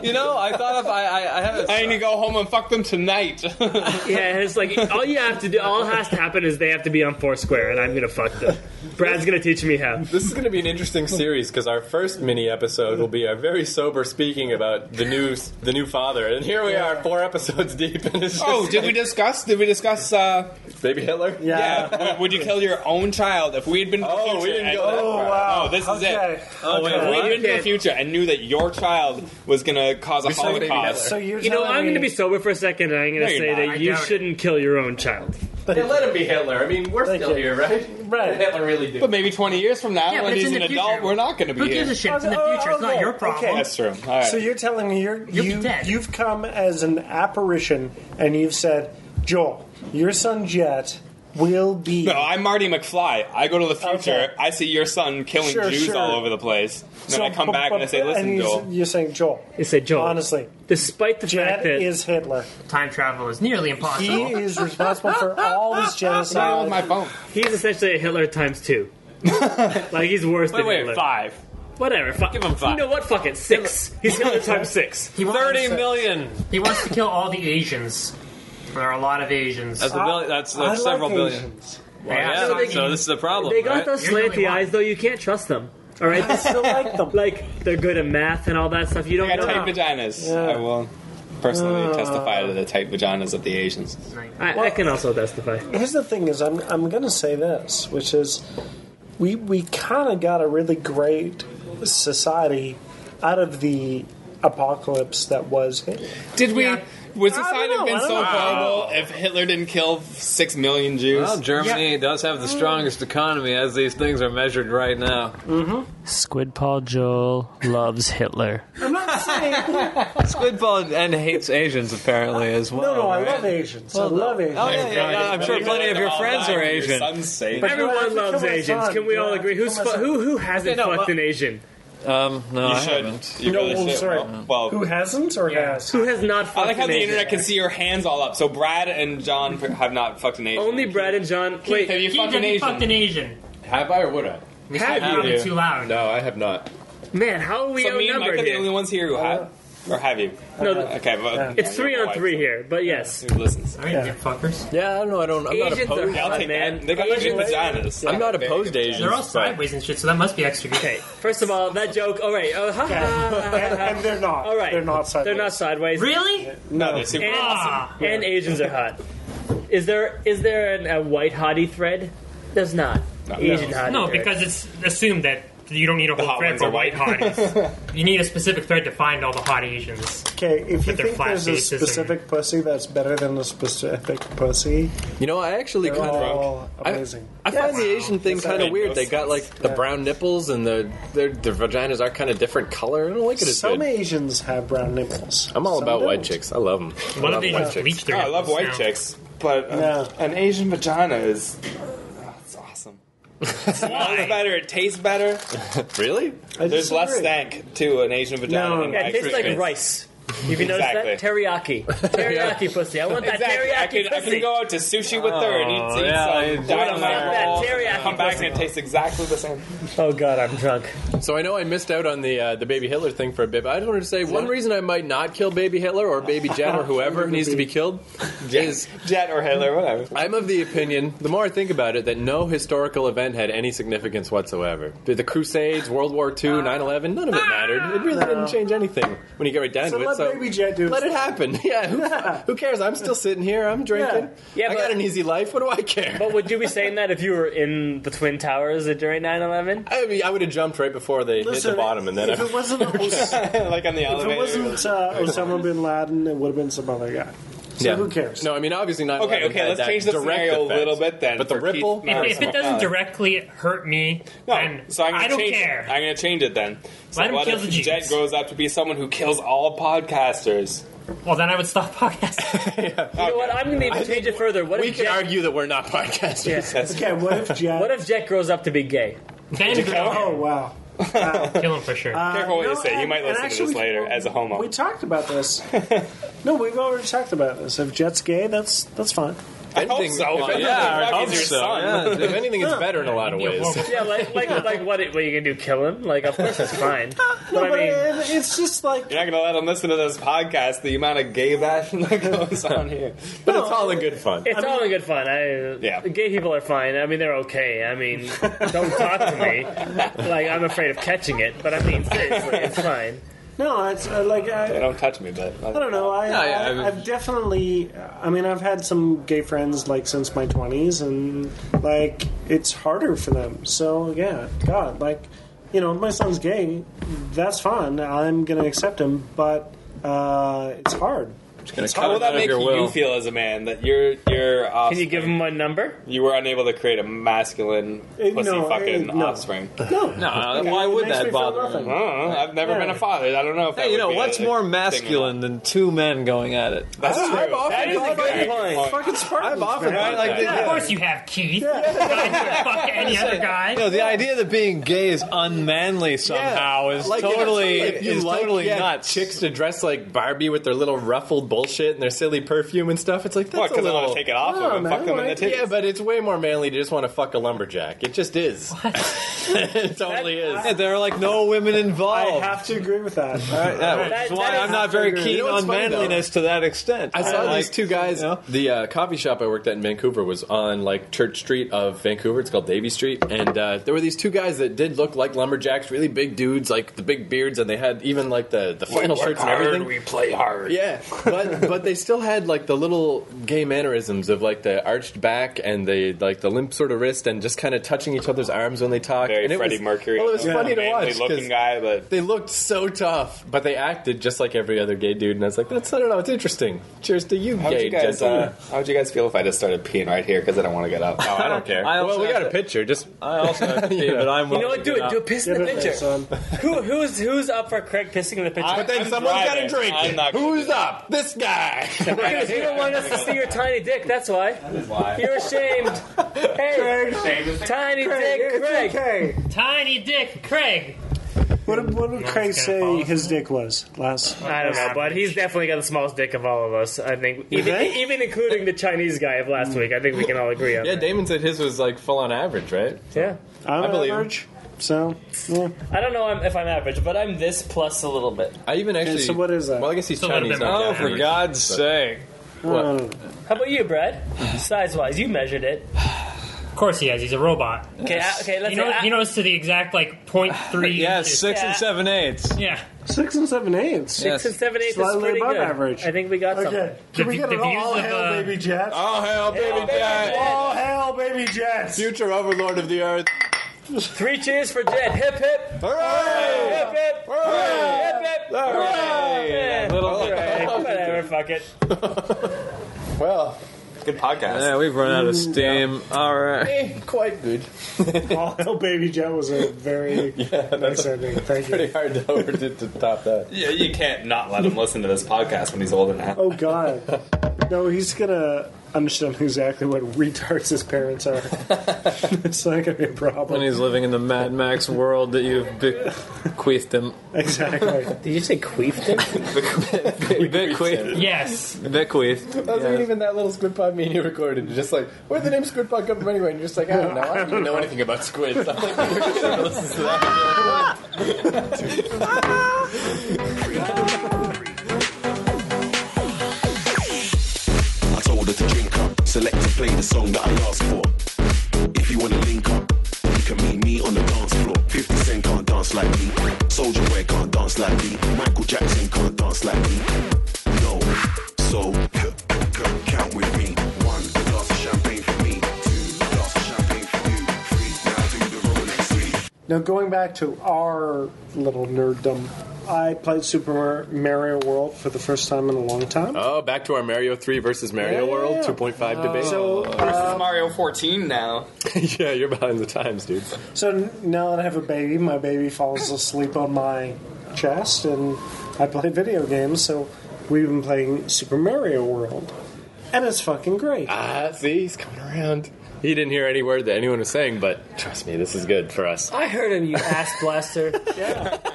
You know, I thought if I I, I have
I
a
need to go home and fuck them tonight.
yeah, it's like all you have to do. All has to happen is they have to be on Foursquare, and I'm gonna fuck them. Brad's gonna teach me how.
This is going to be an interesting series because our first mini episode will be a very sober speaking about the new the new father, and here we are, four episodes deep, and it's just
oh, did we discuss? Did we discuss? Uh,
baby Hitler?
yeah. w- Would you kill your own child if we had been? To the
Oh,
future
we didn't
and-
go that far.
No, this is it.
Oh, wait,
If we
what?
had been to the future and knew that your child was gonna cause a
saw Baby
holocaust.
So you're
You know,
telling
I'm
me-
gonna be sober for a second, and I'm gonna
No, you're
say
not.
that
I
you
doubt it.
shouldn't kill your own child.
Hey, let him be Hitler. I mean, we're
Thank
still
you.
here, right?
Right.
Hitler really did.
But maybe 20 years from now,
Yeah,
when
but it's
he's
in
an
the
adult,
future.
we're not gonna be
Who
here.
gives a shit? It's in the
Oh,
future. It's
okay.
not your problem.
Okay.
That's true. All right.
So you're telling me you're,
You'll be
you
dead.
you've come as an apparition and you've said, Joel, your son Jet will be.
no, I'm Marty McFly. I go to the future.
Okay.
I see your son killing
Sure,
Jews
sure.
all over the place. Then I come
bu-
back
bu-
and I say, "Listen,
and he's-
Joel,
You're saying Joel.
You say, Joel.
Honestly,
despite the fact
Jet
that
is Hitler.
Time travel is nearly
He
impossible.
is responsible for all this
down with
genocide.
my phone."
he's essentially a Hitler times two. like he's worse than Hitler.
five.
Whatever. Fuck.
Give him five.
You know what? Fuck it. Six. He's Hitler times six.
He wants,
Thirty million.
he wants to kill all the Asians. There are a lot of Asians.
That's a billion. That's,
I
that's
like
several billion.
Asians.
Yeah,
Yeah.
so-
So this is a problem.
They got
right?
those
You're the only
slanty
one.
eyes, though. You can't trust them. All right.
I still like them.
like they're good at math and all that stuff. You don't
I got
know.
tight vaginas. I
Yeah.
will personally testify to the tight vaginas of the Asians.
I, I can also testify.
Here's the thing: is I'm I'm gonna say this, which is, we we kind of got a really great society out of the apocalypse that was Hitler.
Did we?
Yeah.
Would
I don't
society
know,
have been
I don't
so
know.
horrible if Hitler didn't kill six million Jews?
Well, Germany does have the strongest economy as these things are measured right now.
Squid Paul Joel loves Hitler.
I'm not saying
Squidball and hates Asians apparently as well.
no, no. I
right?
love Asians. I love Asians.
Oh, yeah, yeah, yeah, I'm sure plenty of your friends are Asian.
Son's safe.
Everyone
Kill my
loves
son.
Asians. Can we all
Yeah,
agree? Who's
kill my
fu-
son.
who who hasn't
Okay, no,
fucked
but-
an Asian?
Um, no, I
You
haven't.
should. You
No,
really
well,
should.
sorry.
Well,
Who hasn't or has?
Who has not fucked
I like how
an
the
Asian?
internet can see your hands all up. So Brad and John have not fucked an Asian.
Only Brad and John.
Have
Wait,
you
Keith,
fucked
have
an
you
Asian?
fucked an Asian?
Have I or would I?
We
Have
said
you?
probably too loud.
No, I have not.
man, how are we
so me and Mike
outnumbered
are the only
here?
ones here who have, or have you?
No, th-
Okay, but
it's three on three here. But yes,
Who listens?
I mean, you fuckers.
Yeah, I don't know. I don't. I'm
Asians are
Yeah, I'll
hot,
take
man.
that. They got Asian vaginas.
I'm not opposed to Asians.
They're all sideways and shit, so that must be extra good.
Okay, first of all, that joke. All right, oh, ha, ha, ha,
and, and they're not.
all right,
They're not sideways.
They're not sideways.
Really?
No, they're super
And,
awesome.
Ah.
and Asians are hot. Is there is there an, a white hottie thread? There's not. Asian hottie.
No,
thread.
because it's assumed that you don't need a whole
hot
thread
ones
for
are
white
white.
hotties. you need a specific thread to find all the hot Asians.
Okay, if you
With their
think
flat
there's a
faces and-
specific pussy that's better than a specific pussy,
You know, I actually
they're
kind of.
all
I,
amazing.
I find the Asian thing kind of
made
weird.
no
They got like the brown nipples and the their their vaginas are kind of different color. I don't like it as
Some
good.
Asians have brown nipples.
I'm all
Some
about white
don't.
chicks. I love them.
What
I
if they
love
just
white chicks.
bleach their
Ah, I love
nipples
white
now?
chicks, but an,
No.
an Asian vagina is oh, it's awesome. It smells better. It tastes better.
Really?
I
There's less
disagree.
stank to an Asian vagina.
No,
in
no,
my
yeah, it tastes like
experience.
rice. You've noticed that
Exactly.
teriyaki, teriyaki pussy. I want that
Exactly. I
teriyaki
can, I
pussy. Oh,
can go out to sushi with her and eat, eat
yeah, I
some
enjoy
that.
dynamite rolls.
Teriyaki
Come back
pussy.
and it tastes exactly the same.
Oh god, I'm drunk.
So I know I missed out on the uh, the baby Hitler thing for a bit. But I just wanted to say one reason I might not kill baby Hitler or baby Jet or whoever needs to be killed is
Jet or Hitler, whatever.
I'm of the opinion, the more I think about it, that no historical event had any significance whatsoever. The the Crusades, World War
Ah.
II, 9 11, none of it mattered. It really didn't change anything when you get right down
So
to it.
let
so
Baby Jet do
let it happen. Yeah who, who cares? I'm still sitting here. I'm drinking.
Yeah. Yeah,
I
but-
got an easy life. What do I care?
But would you be saying that if you were in the Twin Towers during 9/11?
I mean, I would have jumped right before they
Listen,
hit the bottom, and then
if
I,
it wasn't, if
like on the
it
elevator.
wasn't uh, Osama bin Laden, it would have been some other guy. So who cares?
No, I mean obviously not.
Okay,
eleven
okay,
had
let's
that
change the
direct
scenario a
effect,
little bit then
But the
for
ripple.
Keith
not
If,
as
if it
much.
doesn't directly hurt me,
Oh, No,
then
so I'm gonna
I don't
change
care.
It. I'm going to change it then. So
Let him
what
kill
if
the Jews.
Jed goes out to be someone who kills all podcasters?
Well, then I would stop podcasting.
Oh,
You know what? I'm going to even change it further. What
We
if
can
Jack,
argue that we're not podcasters. That's-
Okay, what if Jack?
what if Jack grows up to be gay?
then
oh wow. Uh,
kill him for sure.
Careful what
no,
you say. you
and-
might
and
listen
actually
to this
we-
later as a homo.
We talked about this. no, we've already talked about this. If Jet's gay, that's that's fine.
I think
so.
If anything,
Yeah, I
I
hope
hope
so.
so, yeah. If anything, it's better in a lot of
Yeah,
ways.
well,
Yeah, like like like what? What are you going to do? Kill him? Like of course it's fine.
No,
But I
but
mean,
it- it's just like
You're not going to let him listen to this podcast, the amount of gay bashing that goes on here.
But it's all in good fun.
It's all in good fun. I,
Yeah.
Gay people are fine. I mean, they're okay. I mean, don't talk to me. Like, I'm afraid of catching it, but I mean, seriously, it's fine.
no, it's uh, like
They
I,
don't touch me, but.
I don't know. I,
yeah, I
I,
mean-
I've definitely. I mean, I've had some gay friends like since my twenties, and like it's harder for them. So yeah, God, like you know, if my son's gay. That's fine. I'm gonna accept him, but uh, it's hard.
How will that make
your
you
will.
feel as a man that you're you're
Can you give him my number?
you were unable to create a masculine
Eh,
pussy
no,
fucking
eh, no.
offspring?
No, no.
Uh,
It
why would
makes me
that
feel
bother?
nothing.
me?
I don't know. I've never been a father. I don't know if that
Hey,
would
you know
be
what's
a
more
thing or not.
masculine than two men going at it?
That's true.
I've often
That is a
thought
good
that.
point.
Fucking Spartans,
I've often
man.
right, like the,
Of course you have Keith. Not fuck any other guy.
You know, the idea that being gay is unmanly somehow is totally
if you
is
like
totally
yeah,
nuts.
chicks to dress like Barbie with their little ruffled bullshit and their silly perfume and stuff. It's like
What?
that's a
Because I want
little Ah,
to take it off
No,
of him and
man,
fuck them in the
like,
titties.
Yeah, but it's way more manly to just want to fuck a lumberjack. It just is. it totally is.
Yeah, there are like no women
I
involved.
have to agree with that.
Yeah, which
That-
is why
that is-
I'm not very
You know
keen
what's
on
funny, though?
manliness to that extent.
I saw
like-
these two guys.
you know?
The uh, coffee shop I worked at in Vancouver was on like Church Street of Vancouver. It's called Davy Street, and uh, there were these two guys that did look like lumberjacks, really big dudes, like the big beards, and they had even like the the flannel shirts and everything.
We play hard.
Yeah, but but they still had like the little gay mannerisms of like the arched back and the like the limp sort of wrist and just kind of touching each other's arms when they talked.
Very
and it
Freddie
was,
Mercury.
Well, it was
Yeah.
funny to
Manly
watch
looking
'cause
guy, but
they looked so tough, but they acted just like every other gay dude. And I was like, that's I don't know, it's interesting. Cheers to you,
How would
gay
you guys?
gentlemen.
Uh, how would you guys feel if I just started peeing right here because I don't want to get up? Oh, I don't care.
I also
well, we
have
got a
to-
picture. Just
I also have to pee, but I'm
You know what? Do it. Do a piss in the
Get it,
picture.
son.
Who, who's, who's up for Craig pissing in the picture?
but then
I'm
someone's got
driving.
to drink.
I'm not gonna
Who's
do that.
up? This guy.
because you don't want us to see your tiny dick, that's why. That is why. You're ashamed. Hey, tiny dick Craig.
It's okay.
Tiny Dick Craig.
What did, what did Craig
gonna
say
fall.
his dick was last?
I don't know, but he's definitely got the smallest dick of all of us. I think, even
think?
even including the Chinese guy of last week. I think we can all agree on
yeah,
that.
Damon said his was like full on average, right?
Yeah.
I'm
I believe him.
average, so yeah.
I don't know I'm- if I'm average, but I'm this plus a little bit.
I even actually.
so what is that?
Well, I guess he's
a little
Chinese.
bit
not
Oh, for
Japanese.
God's sake!
What?
How about you, Brad? Size wise, you measured it.
Of course he has. He's a robot.
Okay, I, okay, let's say
He knows,
I,
he knows to the exact like point three.
Yeah,
inches.
six
Yeah.
and seven eighths.
Yeah.
six and seven eighths.
six and seven eighths is
Slightly
pretty
above
good.
average.
I think we got something.
Okay, can we
The-
get
the
an all
views of,
hail
uh,
baby Jets?
Oh hell, baby Jack,
all hail baby Jets!
future overlord of the earth.
Three cheers for Jed. Hip hip.
Hooray!
Hip hip.
Hooray!
Hip hip.
Hooray!
Yeah, Hooray. Whatever, fuck it.
Well,
Good podcast.
Yeah, we've run out of steam. All right.
eh, quite good.
all hail baby Jet was a very nice ending. Thank you.
Pretty hard to over to, to top that.
Yeah, you can't not let him listen to this podcast when he's old enough.
Oh God, no, he's gonna understand exactly what retards his parents are. it's not gonna be a
When
problem.
he's living in the Mad Max world that you've bequeathed him.
Exactly.
Did you say queefed him?
Bequeathed.
Yes.
Bequeathed.
That wasn't even that little squid pod me and you recorded. You're just like, where'd the name squid pod come from anyway? And you're just like, I don't know. I don't even know anything about squids. I'm like, "You're just gonna listen to that.
I told her to drink up, select and play the song that I asked for. If you wanna link up, then you can meet me on the dance floor. 50 Cent can't dance like me, Soldier Boy can't dance like me, Michael Jackson can't dance like me. No, so c- c- c- count with me. One glass of champagne for me, two glass of champagne for you, three now do the Rolex. Three.
Now, going back to our little nerddom, I played Super Mario World for the first time in a long time.
Oh, back to our Mario 3 versus Mario
Yeah,
World
yeah, yeah.
2.5 debate.
So, uh,
This
um,
is Mario 14 now.
yeah, you're behind the times, dude.
So n- now that I have a baby, my baby falls asleep on my chest, and I play video games. So we've been playing Super Mario World, and it's fucking great.
Ah, see, he's coming around. He didn't hear any word that anyone was saying, but trust me, this is good for us.
I heard him, you ass blaster.